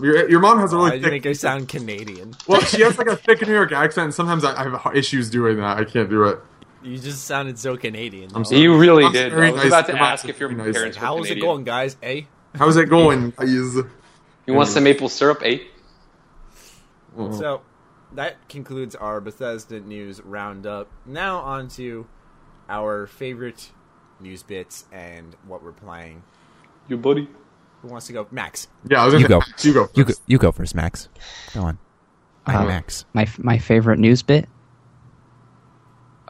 Your, your mom has a
I
really thick.
think I sound Canadian.
well, she has like a thick New York accent, and sometimes I, I have issues doing that. I can't do it.
You just sounded so Canadian. though.
You really
I'm
did.
very
I was
nice
about to
to my-
ask if your
nice.
parents were
How's it
Canadian.
going, guys? Eh?
How's it going, guys?
You want some maple syrup, eh?
So that concludes our Bethesda news roundup. Now on to our favorite news bits and what we're playing.
Your buddy.
Who wants to go? Max.
Yeah, I was gonna.
You go.
Max, You go. First.
you go first, Max. Go on. I'm Max.
My my favorite news bit.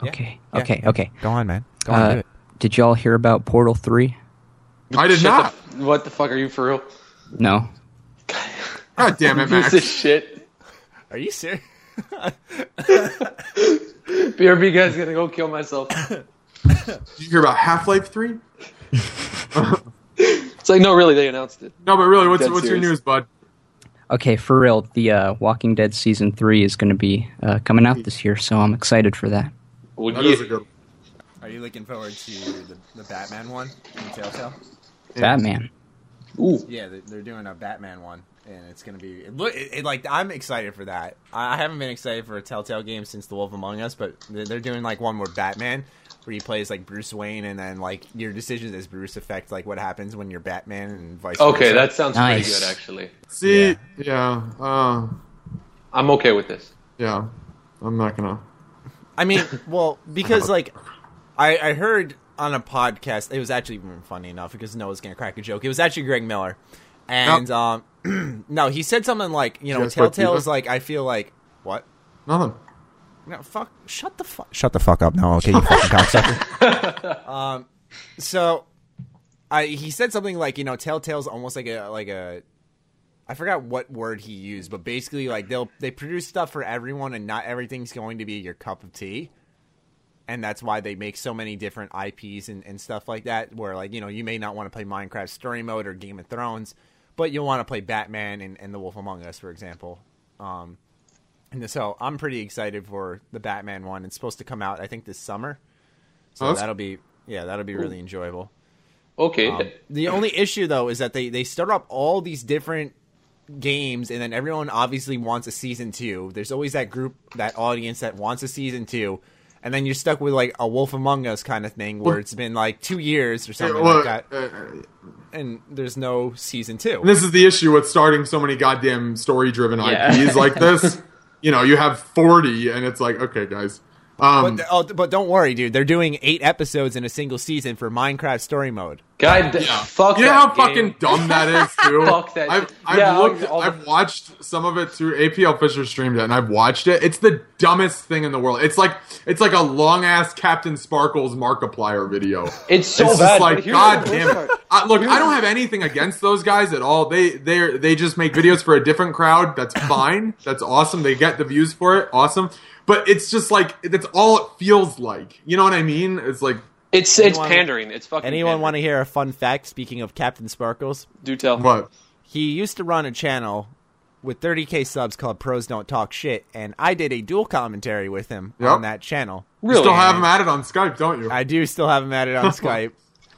Yeah.
Okay,
Yeah.
okay, okay.
Go on, man. Go
Uh, did y'all hear about Portal Three?
I did not.
what the fuck are you for real?
No.
God damn it,
Piece of
Max.
shit.
Are you serious?
BRB guy's gonna go kill myself.
Did you hear about Half Life Three?
It's like no, really, they announced it.
No, but really, what's
Dead
what's
serious.
your news, bud?
Okay, for real, the uh, Walking Dead season three is going to be uh, coming out this year, so I'm excited for that.
Well,
That
yeah.
is a good. One.
Are you looking forward to the, the Batman one in Telltale?
Batman.
Ooh,
Yeah, they- they're doing a Batman one, and it's gonna be it, look. It, it, like I'm excited for that. I I haven't been excited for a Telltale game since The Wolf Among Us, but they're they're doing like one where Batman, where you play as like Bruce Wayne, and then like your decisions as Bruce affect like what happens when you're Batman and vice versa.
okay, that sounds pretty
Nice.
good actually.
See, yeah, uh,
I'm okay with this.
yeah. I'm not gonna.
I mean, well, because like I, I heard on a podcast, it was actually even funny enough because Noah's gonna crack a joke. It was actually Greg Miller, and um, no, he said something like, you know,
Just like
Telltale is
Diva?
like, I feel like what.
Nothing.
No, fuck. Shut the fuck. Shut the fuck up. No, okay, you fucking cocksucker. um, so, I he said something like you know, Telltale's almost like a like a, I forgot what word he used, but basically like they'll they produce stuff for everyone, and not everything's going to be your cup of tea. And that's why they make so many different IPs and, and stuff like that, where like you know you may not want to play Minecraft story mode or Game of Thrones, but you'll want to play Batman and, and The Wolf Among Us, for example. Um, and so I'm pretty excited for the Batman one. It's supposed to come out, I think, this summer. So
Oh, that's-
that'll be yeah, that'll be really enjoyable.
Okay,
Um, the only issue though is that they they start up all these different games, and then everyone obviously wants a season two. There's always that group, that audience that wants a season two, and then you're stuck with like a Wolf Among Us kind of thing where it's been like two years or something
Well,
like that,
uh,
and there's no season two.
this is the issue with starting so many goddamn story driven
Yeah.
IPs like this. You know, you have 40, and it's like, okay, guys,
But,
Um,
th- oh, but don't worry, dude. They're doing eight episodes in a single season for Minecraft Story Mode.
God, d- fuck
you know
that
how
game.
fucking dumb that is, too.
Fuck that
I've,
shit.
I've
Yeah, all-
looked,
all the-
I've watched some of it too. APL Fisher streamed it, and I've watched it. It's the dumbest thing in the world. It's like it's like a long ass Captain Sparkles Markiplier video.
It's so
it's
bad.
just like
But here's
God
the
damn
worst
it.
part.
I, look, I don't have anything against those guys at all. They they they just make videos for a different crowd. That's fine. That's awesome. They get the views for it. Awesome. But it's just like that's all it feels like. You know what I mean? It's like
It's it's
Anyone-
pandering. It's fucking.
Anyone
pandering.
want to hear a fun fact? Speaking of Captain Sparkles,
do tell?
what?
he used to run a channel with 30k subs called Pros Don't Talk Shit, and I did a dual commentary with him
Yep.
on that channel.
You
Really?
still have them at it on Skype, don't you?
I do still have him at it on Skype.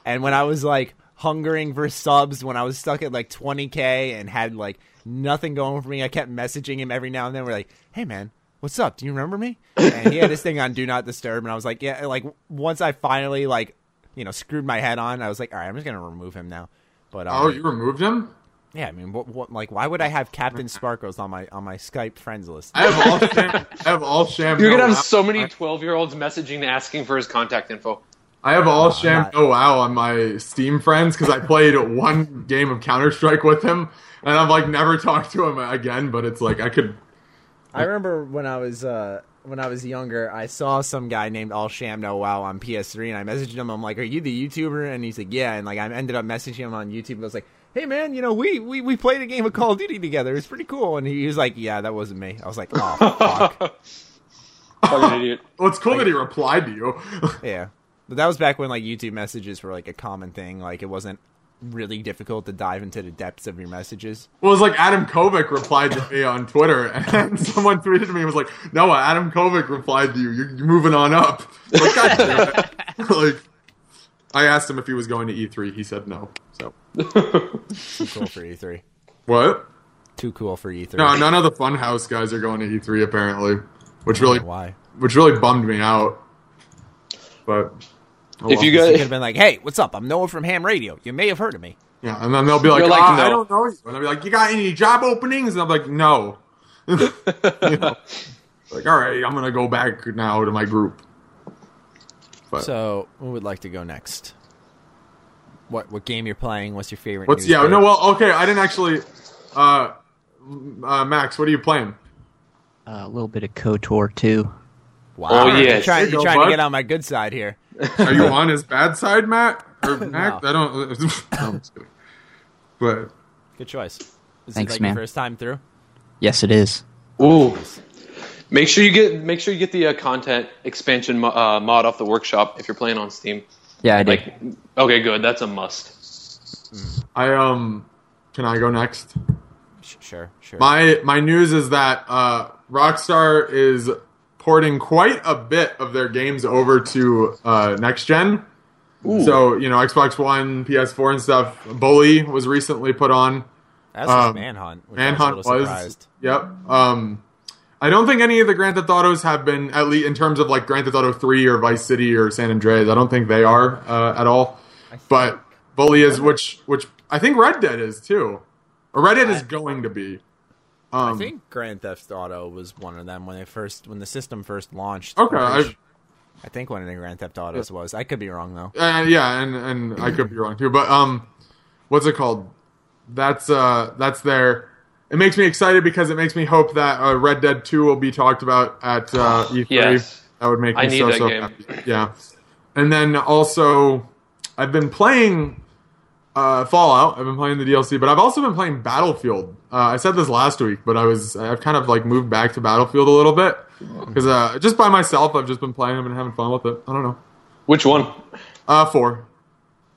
And when I was like hungering for subs, when I was stuck at like 20k and had like nothing going for me, I kept messaging him every now and then. We're like, "Hey man, what's up? Do you remember me?" And he had this thing on Do Not Disturb, and I was like, "Yeah." and, Like once I finally like you know screwed my head on, I was like, "All right, I'm just gonna remove him now." But um,
Oh, you removed him?
yeah, I mean, what, what, like, why would I have Captain Sparkles on my on my Skype friends list?
I have all sham. I have all sham.
You're gonna
no
have
wow.
so many twelve year olds messaging asking for his contact info.
I have
Ah,
all sham.
not-
Oh wow, on my Steam friends because I played one game of Counter Strike with him, and I've like never talked to him again. But it's like I could.
I remember when I was uh, when I was younger, I saw some guy named All Sham No Wow on PS3, and I messaged him. I'm like, "Are you the YouTuber?" And he's like, "Yeah." And like, I ended up messaging him on YouTube. and I was like, "Hey man, you know, we we we played a game of Call of Duty together. It's pretty cool." And he was like, "Yeah, that wasn't me." I was like, "Oh fuck,
Fucking idiot.
Well, it's cool that he replied to you.
yeah." But that was back when like YouTube messages were like a common thing. Like, it wasn't really difficult to dive into the depths of your messages.
well, it's like Adam Kovic replied to me on Twitter, and someone tweeted me and was like, "Noah, Adam Kovic replied to you. You're, you're moving on up." Like, God damn it. like, I asked him if he was going to E3. He said no. So
Too cool for E3.
what?
Too cool for E E3.
No, none of the Funhouse guys are going to E3 apparently, which really
Why?
which really bummed me out. But oh
If
well.
He
you
could have
guys,
been like, "Hey, what's up? I'm Noah from Ham Radio. You may have heard of me."
yeah, and then they'll be like,
You're like,
"Ah,
no."
I don't know you, and they'll be like, you got any job openings? And I'm like, no. You know? Like, all right, I'm gonna go back now to my group. But
So, who would like to go next? What what game you're playing? What's your favorite?
what's
news
yeah?
break?
No, well, okay, I didn't actually. Uh, uh, Max, what are you playing?
Uh, a little bit of KOTOR too.
wow.
Oh,
you're
yes.
trying,
There you
you're
go,
trying to
bud.
get on my good side here.
Are you on his bad side, Matt or Max? I don't. no, I'm just kidding. But
Good choice. Is it
Thanks,
like
man.
your first time through?
Yes, it is.
ooh, make sure you get make sure you get the uh, content expansion mo- uh, mod off the workshop if you're playing on Steam.
Yeah, I did.
Like, okay, good. That's a must.
I um, can I go next?
Sh- sure, sure.
My my news is that uh, Rockstar is porting quite a bit of their games over to uh, next gen. So you know Xbox One, PS4, and stuff. Bully was recently put on.
That's just
um,
Manhunt. Which I
Manhunt
was.
was.
a little surprised.
Yep. Um, I don't think any of the Grand Theft Autos have been at least in terms of like Grand Theft Auto Three or Vice City or San Andreas. I don't think they are uh, at all. But Bully is which which I think Red Dead is too, or Red Dead is going to be. um,
I think Grand Theft Auto was one of them when they first when the system first launched.
Okay,
I'm pretty
I-
su- I think one of the Grand Theft Autos was. I could be wrong though.
uh, yeah, and and I could be wrong too, but um, what's it called? That's uh, that's there. It makes me excited because it makes me hope that uh, Red Dead Two will be talked about at uh, E3.
Yes.
That would make me
I need
so
that
so
game.
happy. Yeah, and then also I've been playing uh, Fallout. I've been playing the DLC, but I've also been playing Battlefield. Uh, I said this last week, but I was I've kind of like moved back to Battlefield a little bit because uh, just by myself, I've just been playing them and having fun with it. I don't know.
Which one?
Uh, four.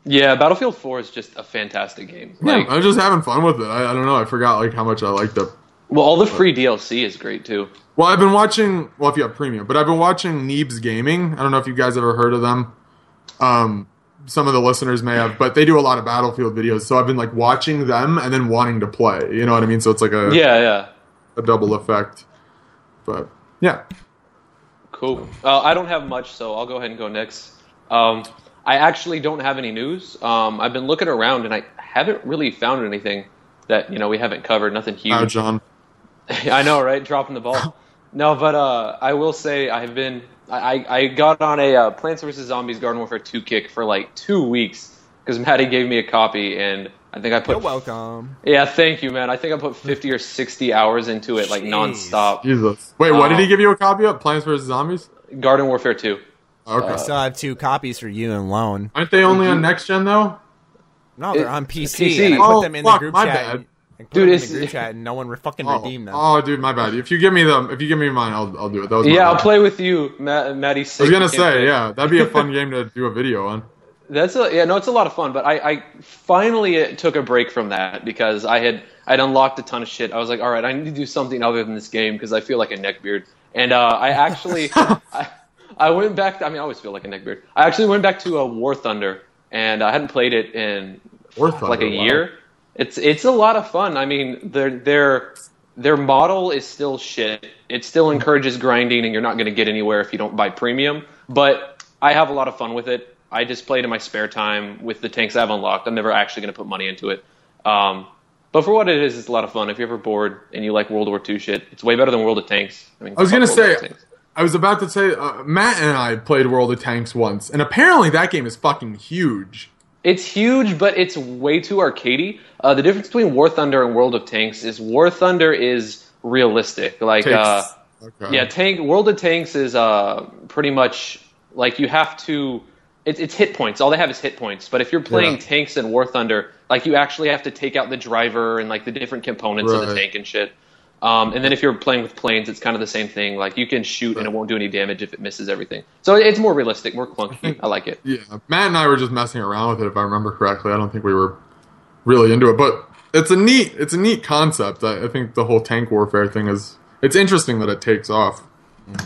Yeah, Battlefield Four is just a fantastic game. Like,
yeah, I'm just having fun with it. I, I don't know. I forgot like how much I liked it.
well, all the free DLC is great too.
Well, I've been watching. Well, if you have premium, but I've been watching Neebs Gaming. I don't know if you guys ever heard of them. Um, some of the listeners may have, but they do a lot of Battlefield videos. So I've been like watching them and then wanting to play. You know what I mean? So it's like a
Yeah, yeah.
a double effect. But yeah,
Cool. Uh, I don't have much, so I'll go ahead and go next. Um, I actually don't have any news. Um, I've been looking around and I haven't really found anything that you know we haven't covered. Nothing
now
huge.
Uh, John.
I know, right? Dropping the ball. No, but uh, I will say I have been. I, I I got on a uh, Plants vs Zombies Garden Warfare 2 kick for like two weeks because Maddie gave me a copy, and I think I put.
You're welcome.
Yeah, thank you, man. I think I put 50 or 60 hours into it, like
Jeez.
nonstop.
Jesus. Wait, what did
Uh,
he give you a copy of? Plants vs Zombies.
Garden Warfare 2. uh,
Okay.
I still have two copies for you and Lone.
Aren't they only on next gen though?
No, they're
It-
on PC.
PC.
And I put
Oh,
them in the
fuck,
group
my
chat.
bad.
and- I put
Dude,
them in
it's-
the group chat, and no one fucking
Oh,
redeemed them.
oh, dude, my bad. If you give me them, if you give me mine, I'll I'll do it. That was my
Yeah, I'll
bad.
play with you, Matt, Maddie.
I was gonna say, yeah, that'd be a fun game to do a video on.
That's a, yeah, no, it's a lot of fun. But I, I finally took a break from that because I had I'd unlocked a ton of shit. I was like, all right, I need to do something other than this game because I feel like a neckbeard. And uh, I actually, I, I went back. To, I mean, I always feel like a neckbeard. I actually went back to uh, War Thunder, and I hadn't played it in
War
fuck, like a
Thunder, wow.
year. It's it's a lot of fun. I mean, their their their model is still shit. It still encourages grinding, and you're not going to get anywhere if you don't buy premium. But I have a lot of fun with it. I just played in my spare time with the tanks I've unlocked. I'm never actually going to put money into it. Um, but for what it is, it's a lot of fun. If you're ever bored and you like World War II shit, it's way better than World of Tanks. I mean,
I was
fuck
gonna
World
say,
War Tanks.
I was about to say, uh, Matt and I played World of Tanks once, and apparently that game is fucking huge.
It's huge, but it's way too arcadey. Uh, the difference between War Thunder and World of Tanks is War Thunder is realistic. Like, uh,
okay.
yeah, tank World of Tanks is uh, pretty much like you have to. It's, it's hit points. All they have is hit points. But if you're playing
Yeah.
tanks in War Thunder, like you actually have to take out the driver and like the different components of the
Right.
tank and shit. Um, and then if you're playing with planes, it's kind of the same thing. Like you can shoot and it won't do any damage if it misses everything. So it's more realistic, more clunky. I like it.
yeah. Matt and I were just messing around with it, if I remember correctly. I don't think we were really into it, but it's a neat, it's a neat concept. I, I think the whole tank warfare thing is, it's interesting that it takes off.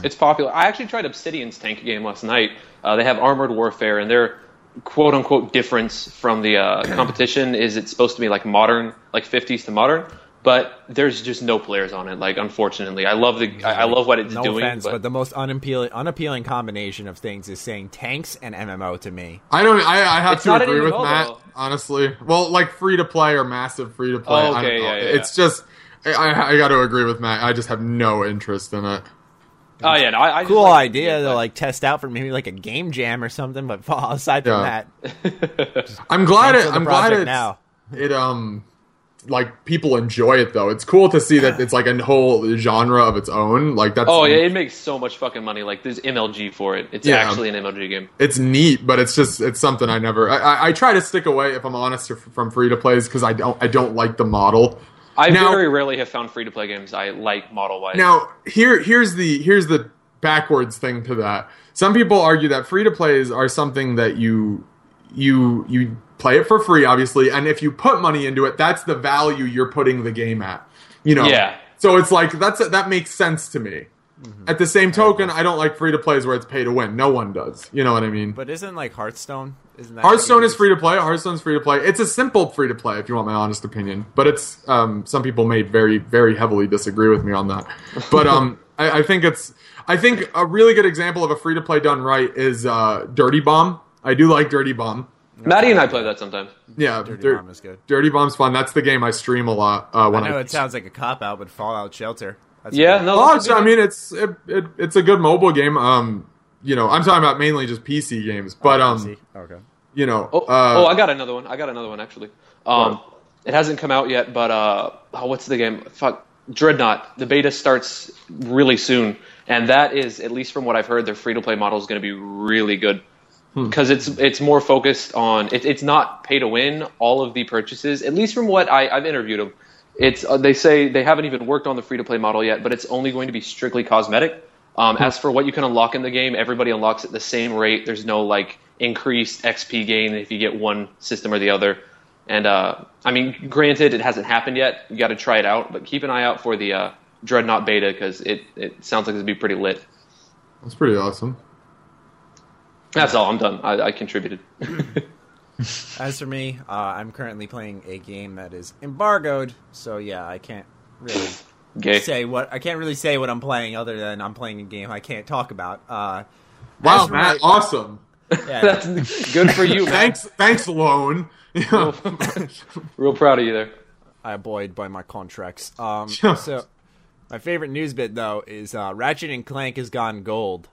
It's popular. I actually tried Obsidian's tank game last night. Uh, they have Armored Warfare, and their quote unquote difference from the uh, competition is it's supposed to be like modern, like 50s to modern, but there's just no players on it. Like, unfortunately, I love the I, I love what it's
no
doing.
offense, but,
but
the most unappealing, unappealing combination of things is saying tanks and MMO to me.
I don't, I, I have
It's
to
not an
agree with
MMO,
Matt,
though.
honestly. Well, like free to play or massive free to play.
Oh,
I
okay,
don't know.
yeah, yeah,
It's just, I, I, I got to agree with Matt. I just have no interest in it.
oh yeah, no, I, I just
Cool
like-
idea
yeah,
to like test out for maybe like a game jam or something. But aside from
Yeah.
that,
I'm glad it.
cancel the
I'm glad
project
it's,
now.
it um like people enjoy it though. It's cool to see that it's like a whole genre of its own. Like that's
Oh yeah, it makes so much fucking money. Like there's MLG for it. It's
Yeah.
actually an MLG game.
it's neat, but it's just it's something I never. I, I, I try to stick away if I'm honest from free to plays because I don't I don't like the model.
I
Now-
very rarely have found free to play games I like model wise.
Now here here's the here's the backwards thing to that. Some people argue that free to plays are something that you you you play it for free, obviously, and if you put money into it, that's the value you're putting the game at. You know.
Yeah.
So it's like that's that makes sense to me. At the same token, I don't like free to plays where it's pay to win. No one does. You know what I mean?
but isn't like Hearthstone? Isn't that
Hearthstone is free to play. Hearthstone's free to play. It's a simple free to play, if you want my honest opinion. But it's um, some people may very, very heavily disagree with me on that. But um, I, I think it's I think a really good example of a free to play done right is uh, Dirty Bomb. I do like Dirty Bomb.
Maddie and I play that sometimes.
Yeah,
Dirty
Dir-
Bomb is good.
Dirty Bomb's fun. That's the game I stream a lot uh, when
I
I,
know it sounds like a cop out, but Fallout Shelter. That's
Yeah,
good.
no.
Oh,
that's a
so, I
good-
mean, it's it, it, it's a good mobile game. Um, you know, I'm talking about mainly just PC games, but um,
See? okay.
you know,
Oh,
uh,
oh, I got another one. I got another one actually. Um, it hasn't come out yet, but uh, oh, what's the game? Fuck, Dreadnought. The beta starts really soon, and that is, at least from what I've heard, their free to play model is going to be really good because it's it's more focused on it, it's not pay to win. All of the purchases, at least from what I, I've interviewed them, it's uh, they say they haven't even worked on the free to play model yet, but it's only going to be strictly cosmetic. Um, As for what you can unlock in the game, everybody unlocks at the same rate. There's no like increased XP gain if you get one system or the other. And uh, I mean, granted, it hasn't happened yet. You got to try it out, but keep an eye out for the uh, Dreadnought beta because it it sounds like it's gonna be pretty lit.
that's pretty awesome.
That's all. I'm done. I, I contributed.
As for me, uh, I'm currently playing a game that is embargoed, so yeah, I can't really
Gay.
say what I can't really say what I'm playing other than I'm playing a game I can't talk about. Uh,
Wow,
for
Matt, awesome.
yeah,
That's good for you, man.
Thanks, thanks, loan. Yeah.
Real proud of you there.
I abide by my contracts. Um, so My favorite news bit though is uh, Ratchet and Clank has gone gold.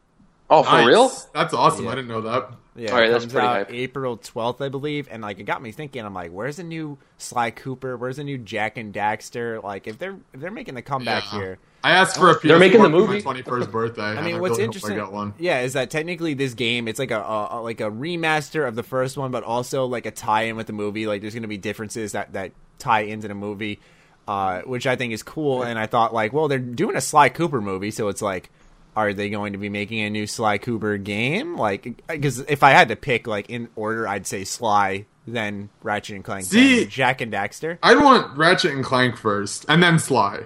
Oh, for
Nice.
real?
That's awesome. I didn't know that.
Yeah,
All right,
it
that's
comes
pretty
out
hype.
April twelfth, I believe, and like it got me thinking. I'm like, where's the new Sly Cooper? Where's the new Jack and Daxter? Like, if they're if they're making the comeback
Yeah.
here,
I asked for a PS4
They're making the
for my
movie.
21st birthday.
I mean, what's interesting,
I got one.
yeah, is that technically this game it's like a, a, a- like a remaster of the first one, but also like a tie-in with the movie. Like, there's going to be differences that that tie into the movie, uh, which I think is cool. And I thought like, well, they're doing a Sly Cooper movie, so it's like, are they going to be making a new Sly Cooper game? Like, because if I had to pick like in order, I'd say Sly, then Ratchet and Clank,
See- Uh,
then Jack and Daxter.
I'd want Ratchet and Clank first, and then Sly.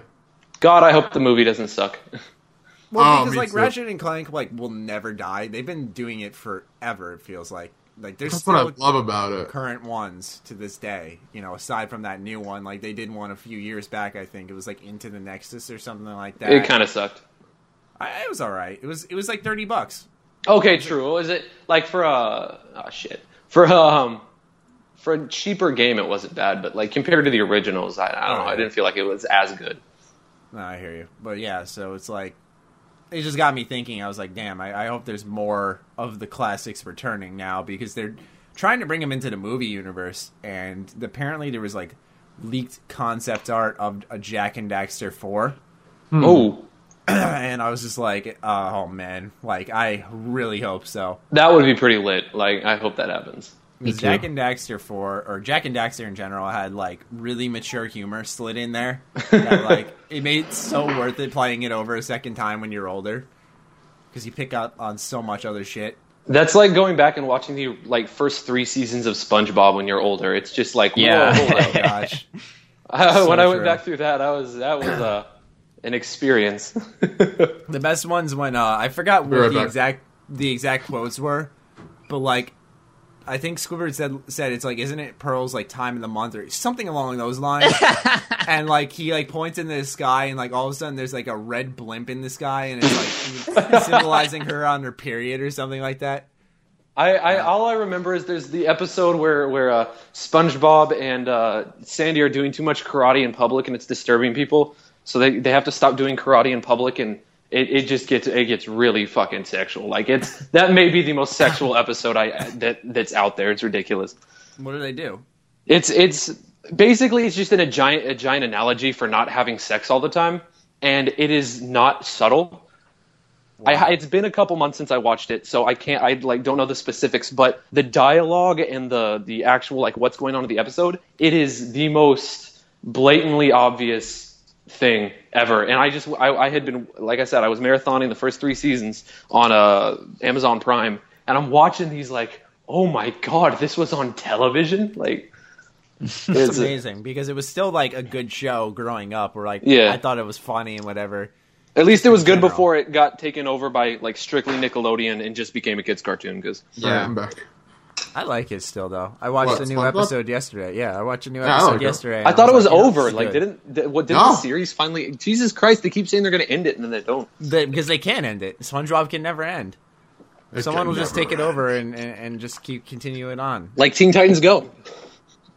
God, I hope the movie doesn't suck.
Well,
Oh,
because
me
like
too.
Ratchet and Clank like will never die. They've been doing it forever. It feels like like there's
That's what I
still
love about it.
current ones to this day. You know, aside from that new one, like they did one a few years back. I think it was like Into the Nexus or something like that.
It kind of sucked.
I, it was all right. It was it was like thirty bucks.
Okay, true. Is it like for uh oh shit for um for a cheaper game it wasn't bad, but like compared to the originals, I, I don't know. I didn't feel like it was as good.
No, I hear you, but yeah. So it's like it just got me thinking. I was like, damn. I, I hope there's more of the classics returning now because they're trying to bring them into the movie universe. And apparently there was like leaked concept art of a Jack and Daxter four.
Oh,
and I was just like, oh man, like I really hope so.
that would be pretty lit. Like I hope that happens.
Because Jack and Daxter four or Jack and Daxter in general had like really mature humor slid in there. That, like it made it so worth it playing it over a second time when you're older, because you pick up on so much other shit.
That's like going back and watching the like first three seasons of SpongeBob when you're older. It's just like
Yeah.
whoa, hold
Oh
up.
gosh,
I- when
So
I went
true.
back through that, I was that was uh, an experience.
the best ones when uh, I forgot
right
what the
back.
exact the exact quotes were, but like. I think Squidward said said it's like isn't it Pearl's like time of the month or something along those lines, and like he like points in the sky and like all of a sudden there's like a red blimp in the sky and it's like symbolizing her on her period or something like that.
I, I all I remember is there's the episode where where uh, SpongeBob and uh, Sandy are doing too much karate in public and it's disturbing people, so they, they have to stop doing karate in public and it, it just gets it gets really fucking sexual. Like it's that may be the most sexual episode I that that's out there. It's ridiculous.
What do they do?
It's it's basically it's just in a giant a giant analogy for not having sex all the time, and it is not subtle. I, it's been a couple months since I watched it, so I can't. I like don't know the specifics, but the dialogue and the the actual like what's going on in the episode, it is the most blatantly obvious thing ever. And I just I, I had been like I said, I was marathoning the first three seasons on uh, Amazon Prime, and I'm watching these like, oh my god, this was on television. Like,
It's
it's
amazing because it was still like a good show growing up. Where like
Yeah.
I thought it was funny and whatever.
at least it was good
general.
before it got taken over by like strictly Nickelodeon and just became a kids cartoon. Because
All right, I'm back.
I like it still though. I watched
What,
a new
SpongeBob?
episode yesterday. Yeah, I watched a new
I
episode
like it.
yesterday. and
I thought it was
like, yeah, this
over.
is good.
Like, didn't th- what? Didn't
No.
the series finally? Jesus Christ! They keep saying they're going to end it, and then they don't.
They- because they can't end it. SpongeBob can never end.
It
Someone
can
will just
never
take it over and, and, and just keep continuing on.
Like Teen Titans Go.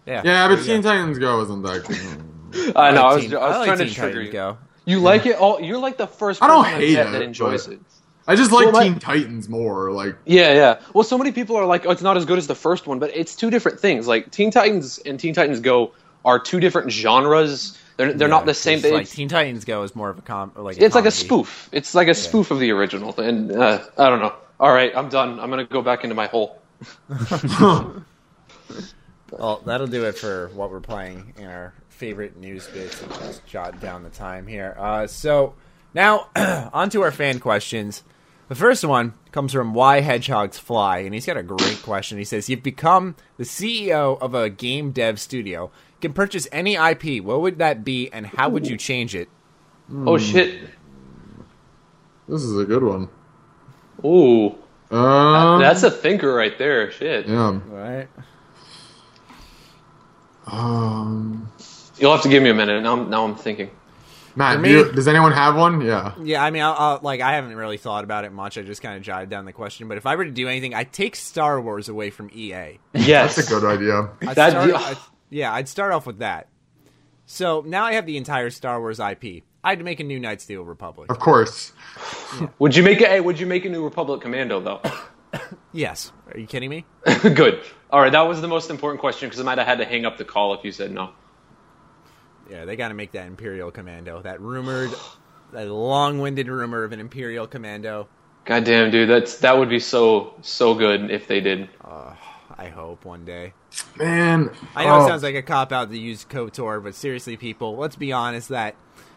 Yeah,
Yeah, but
There you
Teen
go.
Titans Go isn't that good.
I know. I
like
was,
Teen-
I was
like
trying
Teen
to trigger
Titans
you.
Go.
You like it all. You're like the first.
I don't
person
hate
met
it,
that enjoys
but-
it.
I just like
Well, my-
Teen Titans more. Like,
Yeah, yeah. Well, so many people are like, "Oh, it's not as good as the first one," but it's two different things. Like Teen Titans and Teen Titans Go are two different genres. They're they're not the same.
It's
thing.
Like Teen Titans Go is more of a com. or Like
it's like
comedy.
a spoof. It's like a spoof of the original. And uh, I don't know. All right, I'm done. I'm gonna go back into my hole.
Well, that'll do it for what we're playing in our favorite news bits. And just jot down the time here. Uh, so now on to our fan questions. The first one comes from Why Hedgehogs Fly, and he's got a great question. He says, "You've become the CEO of a game dev studio. Can purchase any IP. What would that be, and how would you change it?"
Oh
Hmm.
shit!
this is a good one.
Ooh,
Um,
that's a thinker right there. Shit.
yeah.
All right.
Um,
You'll have to give me a minute. Now I'm, now I'm thinking.
Matt,
For
do you-
me-
does anyone have one? Yeah.
Yeah, I mean, I'll, I'll, like I haven't really thought about it much. I just kind of jotted down the question. But if I were to do anything, I'd take Star Wars away from E EA.
Yes.
That's a good idea.
I'd
That'd
start,
be-
I'd- yeah, I'd start off with that. So now I have the entire Star Wars IP. I'd make a new Knights of the Old Republic.
Of course.
Would you make a hey, would you make a new Republic Commando though?
Yes. Are you kidding me?
Good. All right, that was the most important question because I might have had to hang up the call if you said no.
Yeah, they got to make that Imperial Commando. That rumored, that long-winded rumor of an Imperial Commando.
God damn, dude, that's that would be so so good if they did.
I hope one day.
Man.
I know
oh,
it sounds like a cop out to use KOTOR, but seriously, people, let's be honest that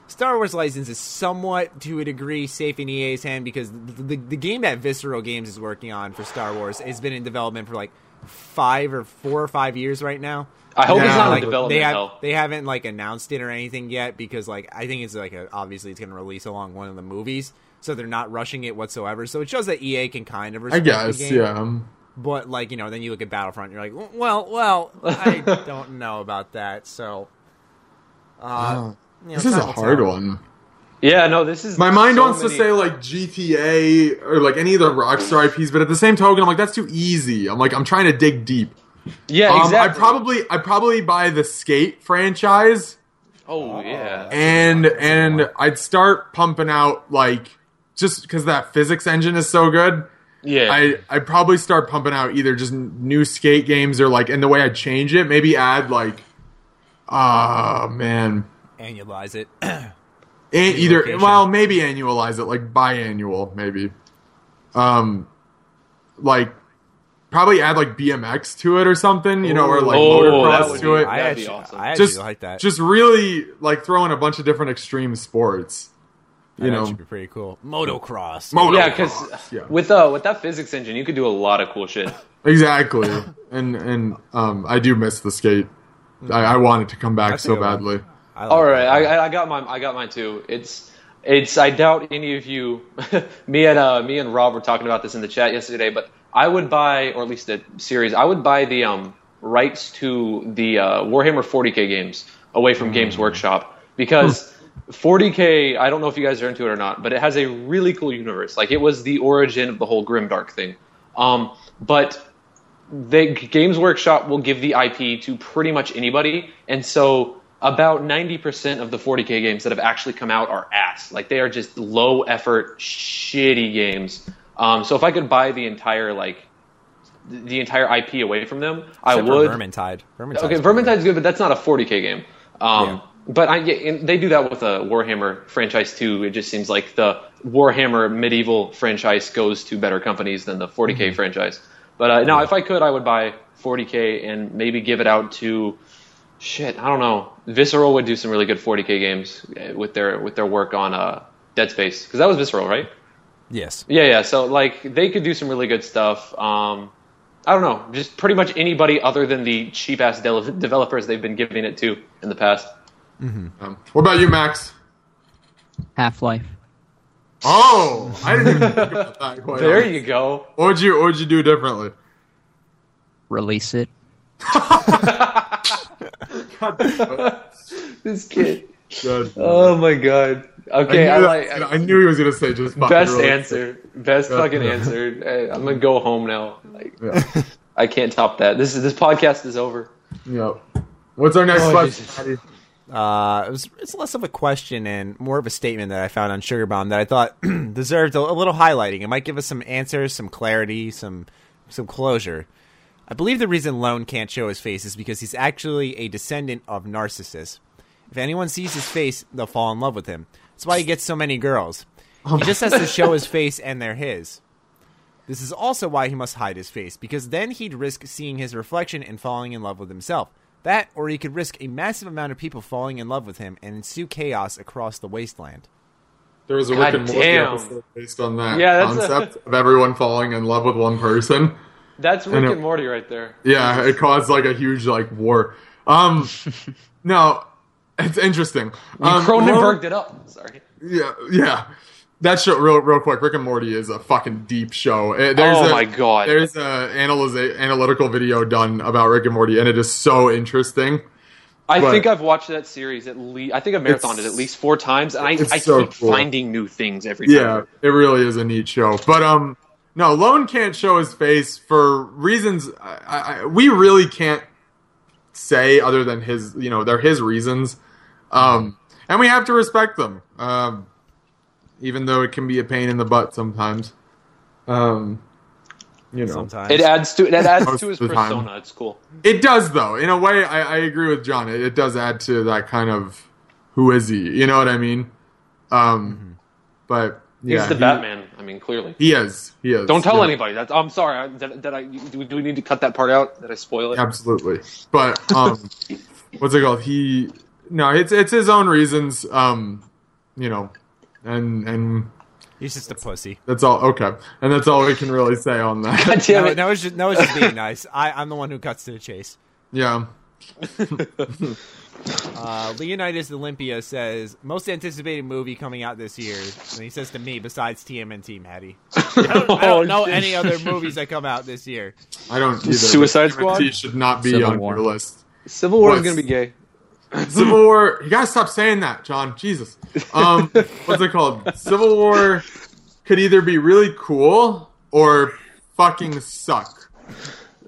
Star Wars license is somewhat, to a degree, safe in EA's hand because the, the, the game that Visceral Games is working on for Star Wars has been in development for like five or four or five years right now.
I hope
Yeah,
Oh, it's not
like,
in development
they, have,
hell.
they haven't like announced it or anything yet because like I think it's like a, obviously it's going to release along one of the movies, so they're not rushing it whatsoever. So it shows that EA can kind of
I
respect the
guess,
game.
yeah. um,
But like you know, then you look at Battlefront, you're like, well, well, I don't know about that. So, uh, you know,
This is a
time will
hard
tell.
one.
Yeah, no, this is
My mind
so
wants
many-
to say like GTA or like any of the Rockstar IPs, but at the same token, I'm like that's too easy. I'm like I'm trying to dig deep.
Yeah,
Um,
exactly.
I probably I probably buy the Skate franchise
Oh yeah.
and and I'd start pumping out like just because that physics engine is so good.
yeah.
I I probably start pumping out either just n- new skate games or like and the way I change it, maybe add like, ah man,
Annualize it.
An- either
Relocation.
well maybe annualize it like biannual maybe, um, like probably add like BMX to it or something, you know, or like
Oh, that
motocross
would
to
be-
it.
I
That'd be
actually,
awesome.
I actually
just
like that.
Just really like throwing a bunch of different extreme sports, you
that
know.
should be pretty cool. Motocross.
Moto-
yeah, because
Yeah.
with uh, with that physics engine, you could do a lot of cool shit.
Exactly, and and um, I do miss the skate. I, I want it to come back
That's a
so
good one.
badly.
I like
All right,
that.
I, I- I got mine. I got mine too. It's it's. I doubt any of you. me and uh, me and Rob were talking about this in the chat yesterday. But I would buy, or at least the series. I would buy the um, rights to the uh, Warhammer 40k games away from
Mm.
Games Workshop because 40k. I don't know if you guys are into it or not, but it has a really cool universe. Like it was the origin of the whole Grimdark thing. Um, but they, Games Workshop will give the IP to pretty much anybody, and so about 90% of the 40k games that have actually come out are ass. Like they are just low effort, shitty games. Um, so if I could buy the entire like th- the entire IP away from them, I
Except for
would.
Vermintide. Vermintide's
Okay,
pretty
Vermintide's good, but that's not a 40k game. Um, But I, yeah, and they do that with a Warhammer franchise too. It just seems like the Warhammer medieval franchise goes to better companies than the 40k franchise. But uh, now, if I could, I would buy 40k and maybe give it out to shit. I don't know. Visceral would do some really good 40k games eh, with their with their work on uh, Dead Space because that was Visceral, right?
good. Yes.
Yeah, yeah. So like they could do some really good stuff. Um, I don't know, just pretty much anybody other than the cheap ass de- developers they've been giving it to in the past.
Um, what about you, Max?
Half Life.
Oh, I didn't even think about that. Quite
There
honestly.
you go.
What would you What would you do differently?
Release it.
This kid.
Good.
Oh my god.
I, knew
Okay, I,
that-
like
I, knew he was gonna say just fucking
best
really-
answer. Best fucking answer. Hey, I'm gonna go home now. Like,
Yeah.
I can't top that. This is this podcast is over.
Yep. What's our next
Oh,
question?
Jesus.
Patty?
Uh, it was, it's less of a question and more of a statement that I found on Sugar Bomb that I thought deserved a, a little highlighting. It might give us some answers, some clarity, some some closure. I believe the reason Lone can't show his face is because he's actually a descendant of Narcissus. If anyone sees his face, they'll fall in love with him. That's why he gets so many girls. He just has to show his face and they're his. This is also why he must hide his face, because then he'd risk seeing his reflection and falling in love with himself. That, or he could risk a massive amount of people falling in love with him and ensue chaos across the wasteland.
There was a
God
Rick and Morty
damn.
episode based on that
Yeah, that's a-
concept of everyone falling in love with one person.
That's Rick
know.
and Morty right there.
Yeah, it caused like a huge like war. Um, no, it's interesting. Um,
Cronenberged it up. Sorry.
Yeah, yeah. That show, real, real quick, Rick and Morty is a fucking deep show. Uh, There's
Oh
a,
my God.
There's a analyze, analytical video done about Rick and Morty, and it is so interesting.
I
But-
think I've watched that series at least. I think I've marathoned it at
It's-
least four times, and I,
it's
I
so
keep
cool.
finding new things every time.
Yeah, it really is a neat show. But um, no, Lone can't show his face for reasons I, I, I- we really can't say other than his. You know, they're his reasons. Um, and we have to respect them, um, even though it can be a pain in the butt sometimes. Um, you know,
sometimes.
It adds to it adds
Most
to his
of the time.
persona. It's cool.
it does though. In a way, I, I agree with John. It, it does add to that kind of who is he? You know what I mean? Um, but
Mm-hmm. He's
yeah,
the
he-
Batman. I mean, clearly.
He, is. He is.
Don't tell
Yeah.
anybody. That's, I'm sorry. I- Did, did I? Do we, do we need to cut that part out? Did I spoil it?
absolutely. But um, what's it called? He no, it's it's his own reasons. Um, you know, and and
He's just a pussy.
that's all. Okay, and that's all we can really say on that.
God damn
No,
it.
no, it's just, no, it's just being nice. I, I'm the one who cuts to the chase.
yeah,
Uh, Leonidas Olympia says most anticipated movie coming out this year, and he says to me, besides TMNT, Maddie, I
Oh,
don't know any other movies that come out this year.
I don't either.
Suicide Squad?
He should not be
Civil
on
War.
your list.
Civil War is
What?
going to be gay.
Civil War. You gotta stop saying that, John. Jesus. Um, what's it called? Civil War could either be really cool or fucking suck.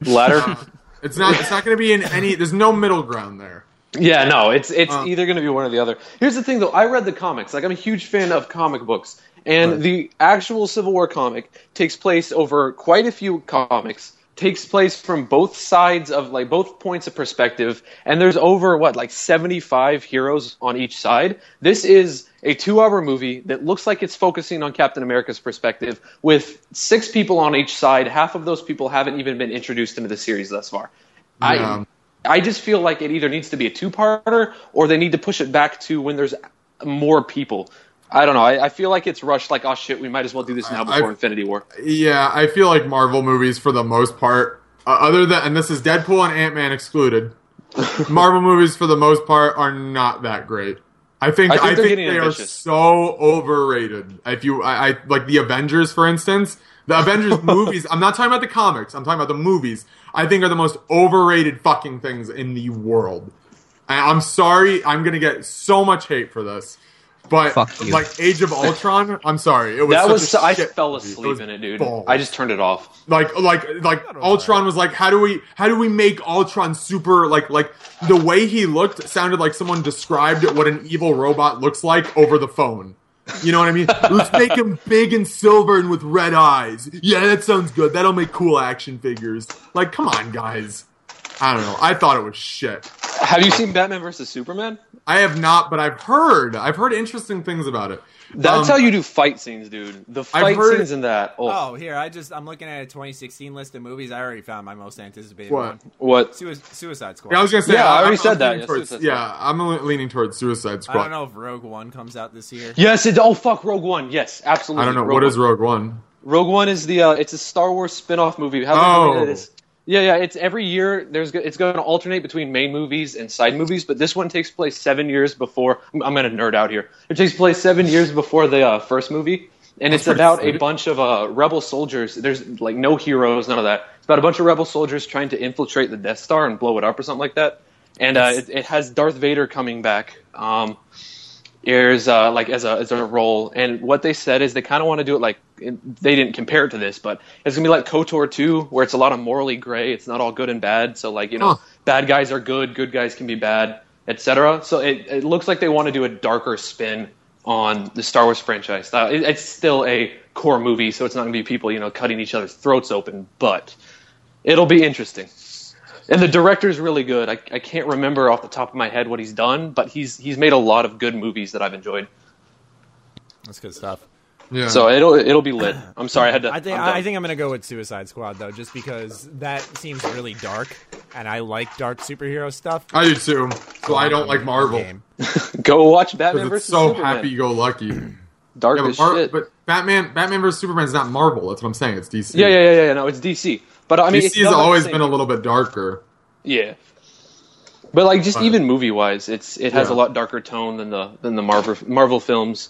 Uh,
Ladder.
It's not. It's not gonna be in any. There's no middle ground there.
Yeah, no, it's it's
Um,
either going to be one or the other. Here's the thing, though. I read the comics. Like, I'm a huge fan of comic books, and
Right.
the actual Civil War comic takes place over quite a few comics. Takes place from both sides of like both points of perspective, and there's over what like 75 heroes on each side. This is a two-hour movie that looks like it's focusing on Captain America's perspective, with six people on each side. Half of those people haven't even been introduced into the series thus far.
Yeah.
I I just feel like it either needs to be a two-parter or they need to push it back to when there's more people. I don't know. I, I feel like it's rushed. Like, oh shit, we might as well do this now
I-
before
I-
Infinity War.
Yeah, I feel like Marvel movies for the most part, uh, other than and this is Deadpool and Ant Man excluded. Marvel movies for the most part are not that great. I think
I
I
think
think,
they're getting
they
ambitious.
are so overrated. If you, I, I like the Avengers, for instance. The Avengers movies. I'm not talking about the comics. I'm talking about the movies. I think are the most overrated fucking things in the world. I, I'm sorry. I'm gonna get so much hate for this, but
Fuck you.
like Age of Ultron. I'm sorry. It was
That
such
was
a
I
shit
fell
movie. It
asleep
was
in it, dude.
balls
I just turned it off.
like like like Ultron was like, how do we how do we make Ultron super like like the way he looked sounded like someone described what an evil robot looks like over the phone. You know what I mean? Let's make him big and silver and with red eyes. Yeah, that sounds good. That'll make cool action figures. Like, come on, guys. I don't know. I thought it was shit.
Have you seen Batman versus Superman?
I have not, but I've heard. I've heard interesting things about it. Um,
That's how you do fight scenes, dude. The fight
heard-
scenes in that. Oh,
Oh, here I just I'm looking at a 2016 list of movies. I already found my most anticipated
What?
one.
what?
Sui- Suicide Squad.
Yeah, I was gonna say.
Yeah, I already
I'm-
said
I'm
that.
leaning
Yeah,
towards-
Suicide
yeah, I'm leaning towards Suicide
I
Squad.
don't know if Rogue One comes out this year.
Yes, it. Oh fuck, Rogue One. Yes, absolutely.
I don't know.
Rogue
What
One.
is Rogue One?
Rogue One is the uh, it's a Star Wars spin-off movie. How
Oh.
many it is? Yeah, yeah. It's every year. There's go- it's going to alternate between main movies and side movies, but this one takes place seven years before. I'm, I'm going to nerd out here. It takes place seven years before the uh, first movie, and it's about a bunch of uh, rebel soldiers. There's like no heroes, none of that. It's about a bunch of rebel soldiers trying to infiltrate the Death Star and blow it up or something like that. And uh, it, it has Darth Vader coming back. Um, is uh, like as a as a role. And what they said is they kind of want to do it like it- they didn't compare it to this, but it's gonna be like Kotor two, where it's a lot of morally gray. It's not all good and bad. So like you know,
Huh.
bad guys are good, good guys can be bad, etc. So it it looks like they want to do a darker spin on the Star Wars franchise. Uh, it- it's still a core movie, so it's not gonna be people you know cutting each other's throats open, but it'll be interesting. And the director's really good. I, I can't remember off the top of my head what he's done, but he's he's made a lot of good movies that I've enjoyed.
That's good stuff.
Yeah.
So it'll it'll be lit. I'm sorry I had to.
I think
I'm done.
I think I'm gonna go with Suicide Squad though, just because that seems really dark, and I like dark superhero stuff.
I do too. So I don't like Marvel
Game.
go watch Batman
because it's
versus
so
Superman.
happy-go-lucky. yeah,
Dark
but,
as
Mar-
shit.
but Batman, Batman versus Superman is not Marvel. That's what I'm saying. It's DC.
yeah, yeah, yeah, yeah. No, it's DC. But I mean, it's
DC has
not like
always
the
been a
same-
little bit darker.
yeah. But like just
But-
even movie wise, it's it has
Yeah.
a lot darker tone than the than the Marvel Marvel films.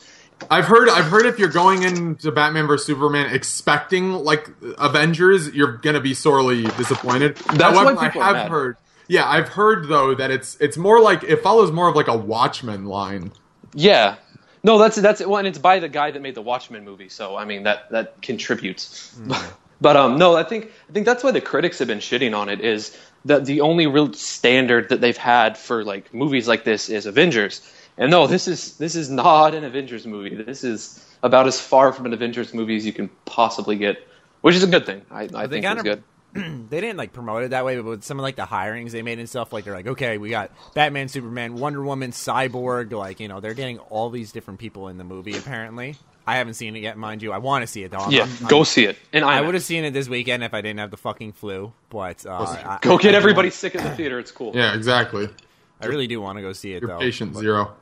I've heard. I've heard if you're going into Batman versus Superman expecting like Avengers, you're gonna be sorely disappointed.
That's why
However,
people
I
are
have
mad.
heard. Yeah, I've heard though that it's it's more like it follows more of like a Watchmen line.
Yeah. No, that's that's well, and it's by the guy that made the Watchmen movie, so I mean that that contributes. but um, no, I think I think that's why the critics have been shitting on it is that the only real standard that they've had for like movies like this is Avengers, And no, this is this is not an Avengers movie. This is about as far from an Avengers movie as you can possibly get, which is a good thing. I, I think
kinda-
it's good.
they didn't like promote it that way, but with some of like the hirings they made and stuff, like they're like, okay, we got Batman, Superman, Wonder Woman, Cyborg, like you know, they're getting all these different people in the movie. Apparently, I haven't seen it yet, mind you. I want to see it though. I'm-
Yeah,
I'm-
go see it. And
I
I
would have seen it this weekend if I didn't have the fucking flu, but uh, I,
go get everybody sick in the theater. It's cool.
Yeah, exactly.
I really do want to go see it
You're
though.
patient zero.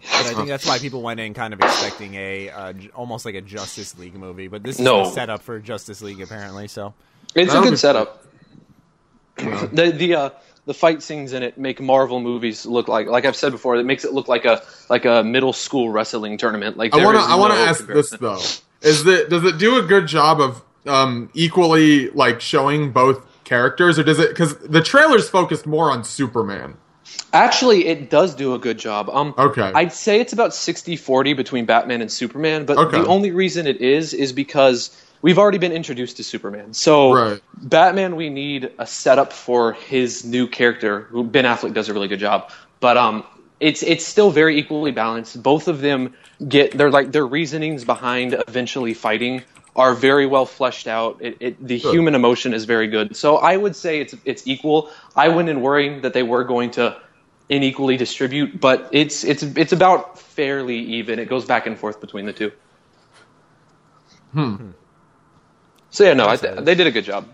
But I think that's why people went in kind of expecting a uh, j- almost like a Justice League movie, but this
No.
is a setup for Justice League apparently. So
It's a
That'll
good
be-
setup. the the uh, the fight scenes in it make Marvel movies look like like I've said before. It makes it look like a like a middle school wrestling tournament. Like
I
there
want to.
is
I want to
no
ask this
comparison.
though: Is that does it do a good job of um, equally like showing both characters, or does it? Because the trailer's focused more on Superman.
Actually, it does do a good job. Um,
Okay.
I'd say it's about 60-40 between Batman and Superman, but
Okay.
the only reason it is is because we've already been introduced to Superman. So
Right.
Batman, we need a setup for his new character. Who Ben Affleck does a really good job, but um, it's it's still very equally balanced. Both of them get their like their reasonings behind eventually fighting are very well fleshed out. It, it, the human emotion is very good. So I would say it's it's equal. I went in worrying that they were going to unequally distribute, but it's it's it's about fairly even. It goes back and forth between the two. Hmm. So yeah, no, I th- they did a good job.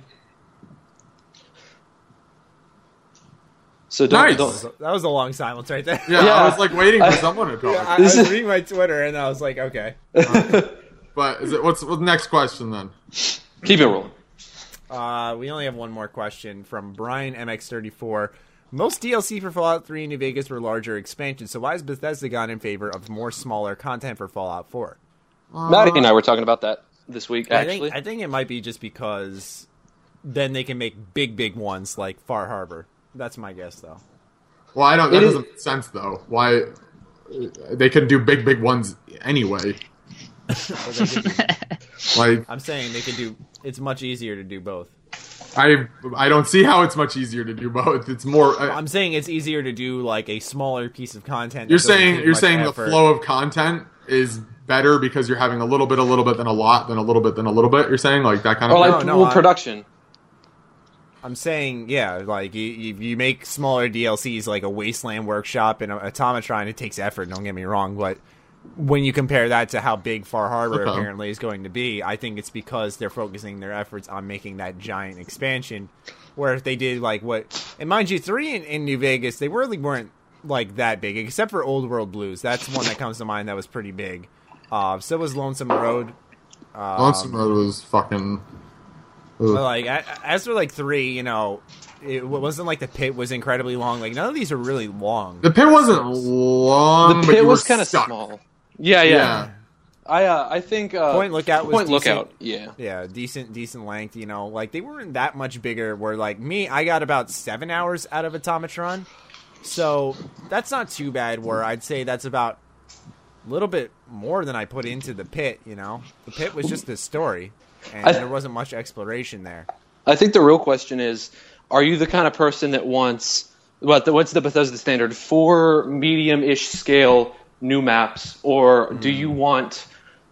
So don't,
Nice.
don't
that was a long silence right there.
Yeah, I
Yeah.
was like waiting for someone to talk.
I, I
This
was
is-
reading my Twitter and I was like, okay.
But is it, what's what's the next question then?
keep it rolling.
Uh, we only have one more question from Brian MX34. Most DLC for Fallout 3 and New Vegas were larger expansions, so why has Bethesda gone in favor of more smaller content for Fallout 4?
Maddie and I were talking about that this week.
Uh, I
Actually,
think, I think it might be just because then they can make big, big ones like Far Harbor. That's my guess, though.
Well, I don't. That
It is-
doesn't make sense though. Why they couldn't do big big ones anyway?
But they could do-
Like
I'm saying they can do. It's much easier to do both.
I I don't see how it's much easier to do both. It's more. I,
I'm saying it's easier to do like a smaller piece of content. that
you're
doesn't
saying
take
you're
much
saying
effort.
the flow of content is better because you're having a little bit, a little bit, then a lot, then a little bit, then a little bit. You're saying like that kind of
or like
no, no,
well,
I-
production.
I'm saying, yeah, like you, you, you make smaller DLCs like a Wasteland Workshop and a Automatron, it takes effort. Don't get me wrong, but when you compare that to how big Far Harbor
Okay.
apparently is going to be, I think it's because they're focusing their efforts on making that giant expansion. Where if they did like what, and mind you, three in, in New Vegas, they really weren't like that big, except for Old World Blues. That's one that comes to mind that was pretty big. Uh, so was Lonesome Road.
Lonesome Road was fucking.
But like a- as for like three, you know, it wa- wasn't like the pit was incredibly long. Like none of these are really long.
The pit wasn't long.
The
but
pit
you
was
kind
kind of small. Yeah, yeah.
Yeah.
I uh, I think uh,
Point Lookout was
Point
decent.
Lookout. Yeah.
Yeah, decent, decent length. You know, like they weren't that much bigger. Where like me, I got about seven hours out of Automatron, so that's not too bad. Where I'd say that's about a little bit more than I put into the pit. You know, the pit was just the story, and
I-
there wasn't much exploration there.
I think the real question is: Are you the kind of person that wants what? The, what's the Bethesda standard? Four medium-ish scale new maps, or do you want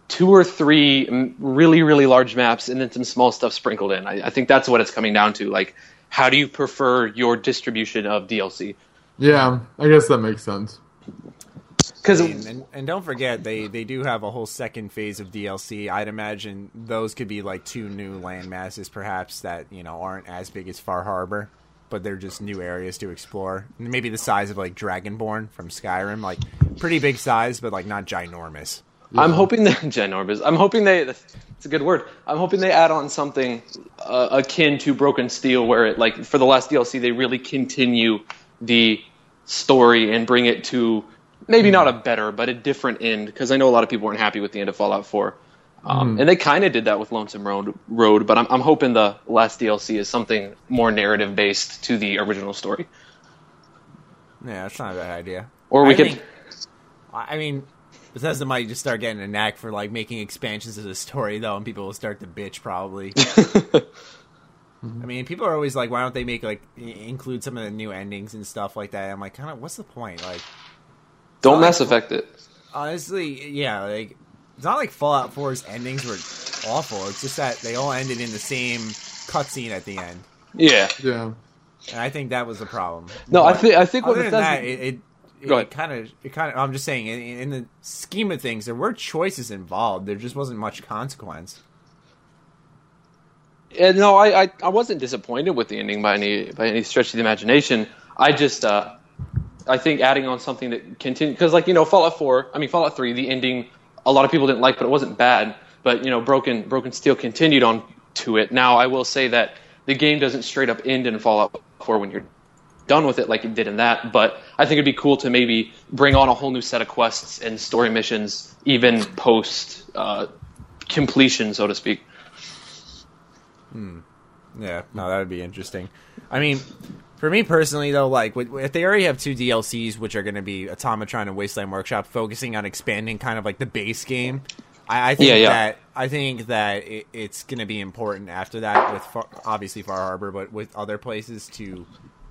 two or three mm, really, really large maps and then some small stuff sprinkled in? I, I think that's what it's coming down to. Like, how do you prefer your distribution of DLC?
Yeah, I guess that makes sense.
Because
And, and, and don't forget, they, they do have a whole second phase of DLC. I'd imagine those could be like two new land masses, perhaps that you know aren't as big as Far Harbor, but they're just new areas to explore. Maybe the size of like Dragonborn from Skyrim, like pretty big size, but like not ginormous.
I'm hoping that ginormous. I'm hoping they. It's a good word. I'm hoping they add on something uh, akin to Broken Steel, where it like for the last DLC they really continue the story and bring it to maybe not a better but a different end. Because I know a lot of people weren't happy with the end of Fallout 4, um, and they kind of did that with Lonesome Road. Road, but I'm, I'm hoping the last DLC is something more narrative based to the original story,
Yeah, that's not a bad idea.
or we
I
could.
think- I I mean, Bethesda might just start getting a knack for like making expansions to the story though, and people will start to bitch probably. I mean, people are always like, "Why don't they make like i- include some of the new endings and stuff like that?" I'm like, kind of, what's the point? Like,
Don't Mass Effect it.
Honestly, yeah, like it's not like Fallout 4's endings were awful. It's just that they all ended in the same cutscene at the end,
Yeah.
Yeah.
and I think that was the problem.
No, I
But
think I think what
Other than
it does.
that, it it-
Go
it
ahead.
kind of it kind of. I'm just saying, in, in the scheme of things, there were choices involved. There just wasn't much consequence.
and Uh, no, I, I I wasn't disappointed with the ending by any by any stretch of the imagination. I just uh, I think adding on something that continue because like you know Fallout Four, I mean Fallout Three, the ending a lot of people didn't like, but it wasn't bad. But you know Broken Broken Steel continued on to it. Now I will say that the game doesn't straight up end in Fallout Four when you're done with it like it did in that. But I think it'd be cool to maybe bring on a whole new set of quests and story missions, even post uh, completion, so to speak.
Yeah, no, that would be interesting. I mean, for me personally, though, like with- if they already have two DLCs, which are going to be Automatron and Wasteland Workshop, focusing on expanding kind of like the base game. I, I think
Yeah, yeah.
that I think that it, it's going to be important after that with far, obviously Far Harbor, but with other places to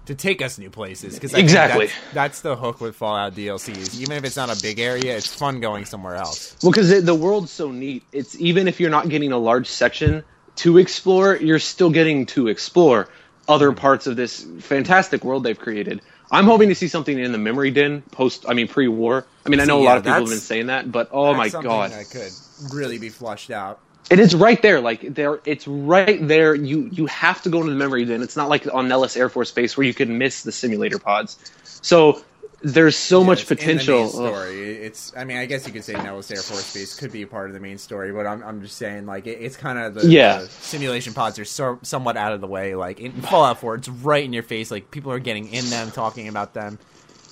to take us new places because
Exactly.
that's, that's the hook with Fallout DLCs. Even if it's not a big area, it's fun going somewhere else.
Well, because the world's so neat. It's even if you're not getting a large section to explore, you're still getting to explore other parts of this fantastic world they've created. I'm hoping to see something in the memory den post. I mean, pre-war. I mean, I know
See,
a
yeah,
lot of people have
that's-
been saying that, but oh my
That's something
god,
that could really be flushed out.
and it's right there. Like there, it's right there. You you have to go into the memory den. It's not like on Nellis Air Force Base where you could miss the simulator pods. So there's so
Yeah,
much
it's in the main
potential. Ugh.
story. It's. I mean, I guess you could say Nellis Air Force Base could be a part of the main story, but I'm. I'm just saying, like, it, it's kind of the,
Yeah.
the simulation pods are so, somewhat out of the way. Like in Fallout 4, it's right in your face. Like people are getting in them, talking about them.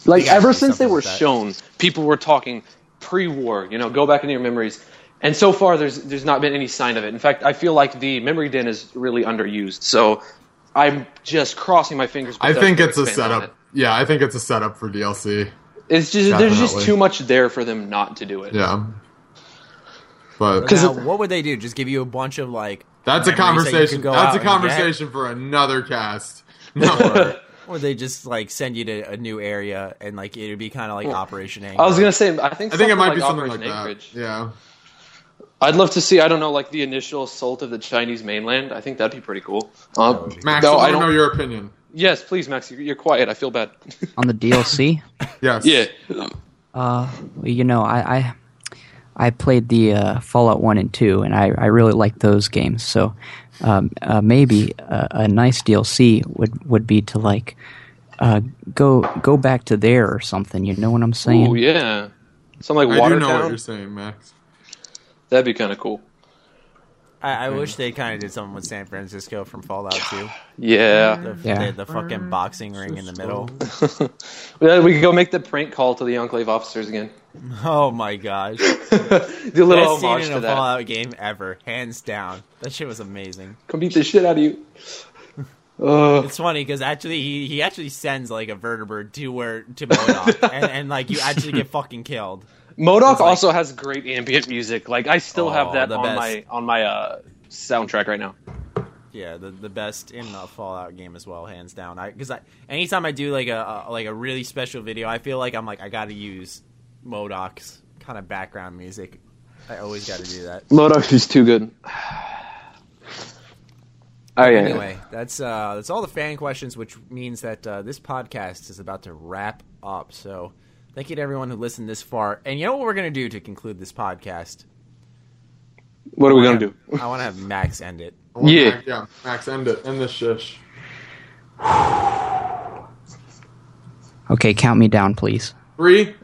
Like
You gotta
ever
do
since they
something
were
with that.
shown, people were talking pre-war. You know, go back into your memories, and so far there's there's not been any sign of it. In fact, I feel like the memory den is really underused. So I'm just crossing my fingers.
I think
Bethesda
it's a
expands on
setup. Yeah, I think it's a setup for DLC.
it. It's just there's just
Definitely.
too much there for them not to do it.
Yeah. But
Now,
it-
what would they do? Just give you a bunch of like.
that's a
memories that you
conversation.
could go
that's
out
a
and get?
conversation for another cast. No,
Or they just like send you to a new area and like it'd be kind of like Operation A.
I was gonna say I think
I think it might
like
be something
Operation
like that.
Acreage.
Yeah.
I'd love to see. I don't know, like the initial assault of the Chinese mainland. I think that'd be pretty cool. Um,
Max,
though
I
I
don't know
don't.
your opinion.
Yes, please, Max. you- You're quiet. I feel bad.
on the DLC.
Yes.
yeah.
Uh, well, you know, I, I I played the uh, Fallout One and Two, and I, I really like those games. So um, uh, maybe a, a nice DLC would would be to like uh, go go back to there or something. You know what I'm saying?
Oh yeah. Something like
I do know
Watertown.
what you're saying, Max.
That'd be kind of cool.
I, I
Mm.
wish they kind of did something with San Francisco from Fallout 2.
Yeah.
The,
Yeah.
the, the fucking boxing ring in the middle.
Yeah, we could go make the prank call to the Enclave officers again.
Oh my gosh.
Do a little
Best scene
homage
in
to
a
that.
Fallout game ever, hands down. That shit was amazing.
Come beat the shit out of you. Uh,
It's funny because actually he, he actually sends like a vertebrate to where to Modoc, and, and like you actually get fucking killed.
Modoc also has great ambient music. Like I still
Oh,
have that
the
on
best.
my on my uh, soundtrack right now.
Yeah, the, the best in the Fallout game as well, hands down. I because I anytime I do like a, a like a really special video, I feel like I'm like I got to use Modoc's kind of background music. I always got to do that.
Modoc is too good. Oh yeah.
Anyway, that's uh, that's all the fan questions, which means that uh, this podcast is about to wrap up. So, thank you to everyone who listened this far. And you know what we're gonna do to conclude this podcast?
What are we gonna do?
I want to have Max end it.
Well,
Yeah.
Max, yeah. Max, end it. End this shish.
Okay, count me down, please.
Three,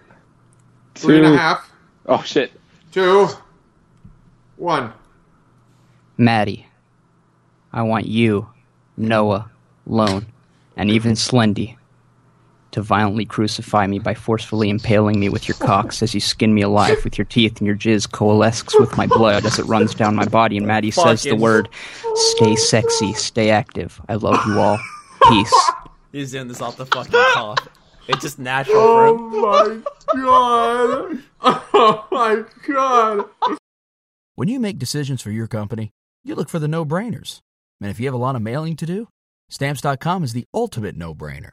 three and a
Two.
half,
Oh shit.
two, one.
Maddie, I want you, Noah, Lone, and even Slendy to violently crucify me by forcefully impaling me with your cocks as you skin me alive with your teeth and your jizz coalesces with my blood as it runs down my body. And Maddie says the
Fucking-
word, stay sexy, stay active. I love you all. Peace.
He's doing this off the fucking cuff. It's just natural for him.
Oh my god! Oh my god!
When you make decisions for your company, you look for the no brainers. And if you have a lot of mailing to do, stamps.com is the ultimate no brainer.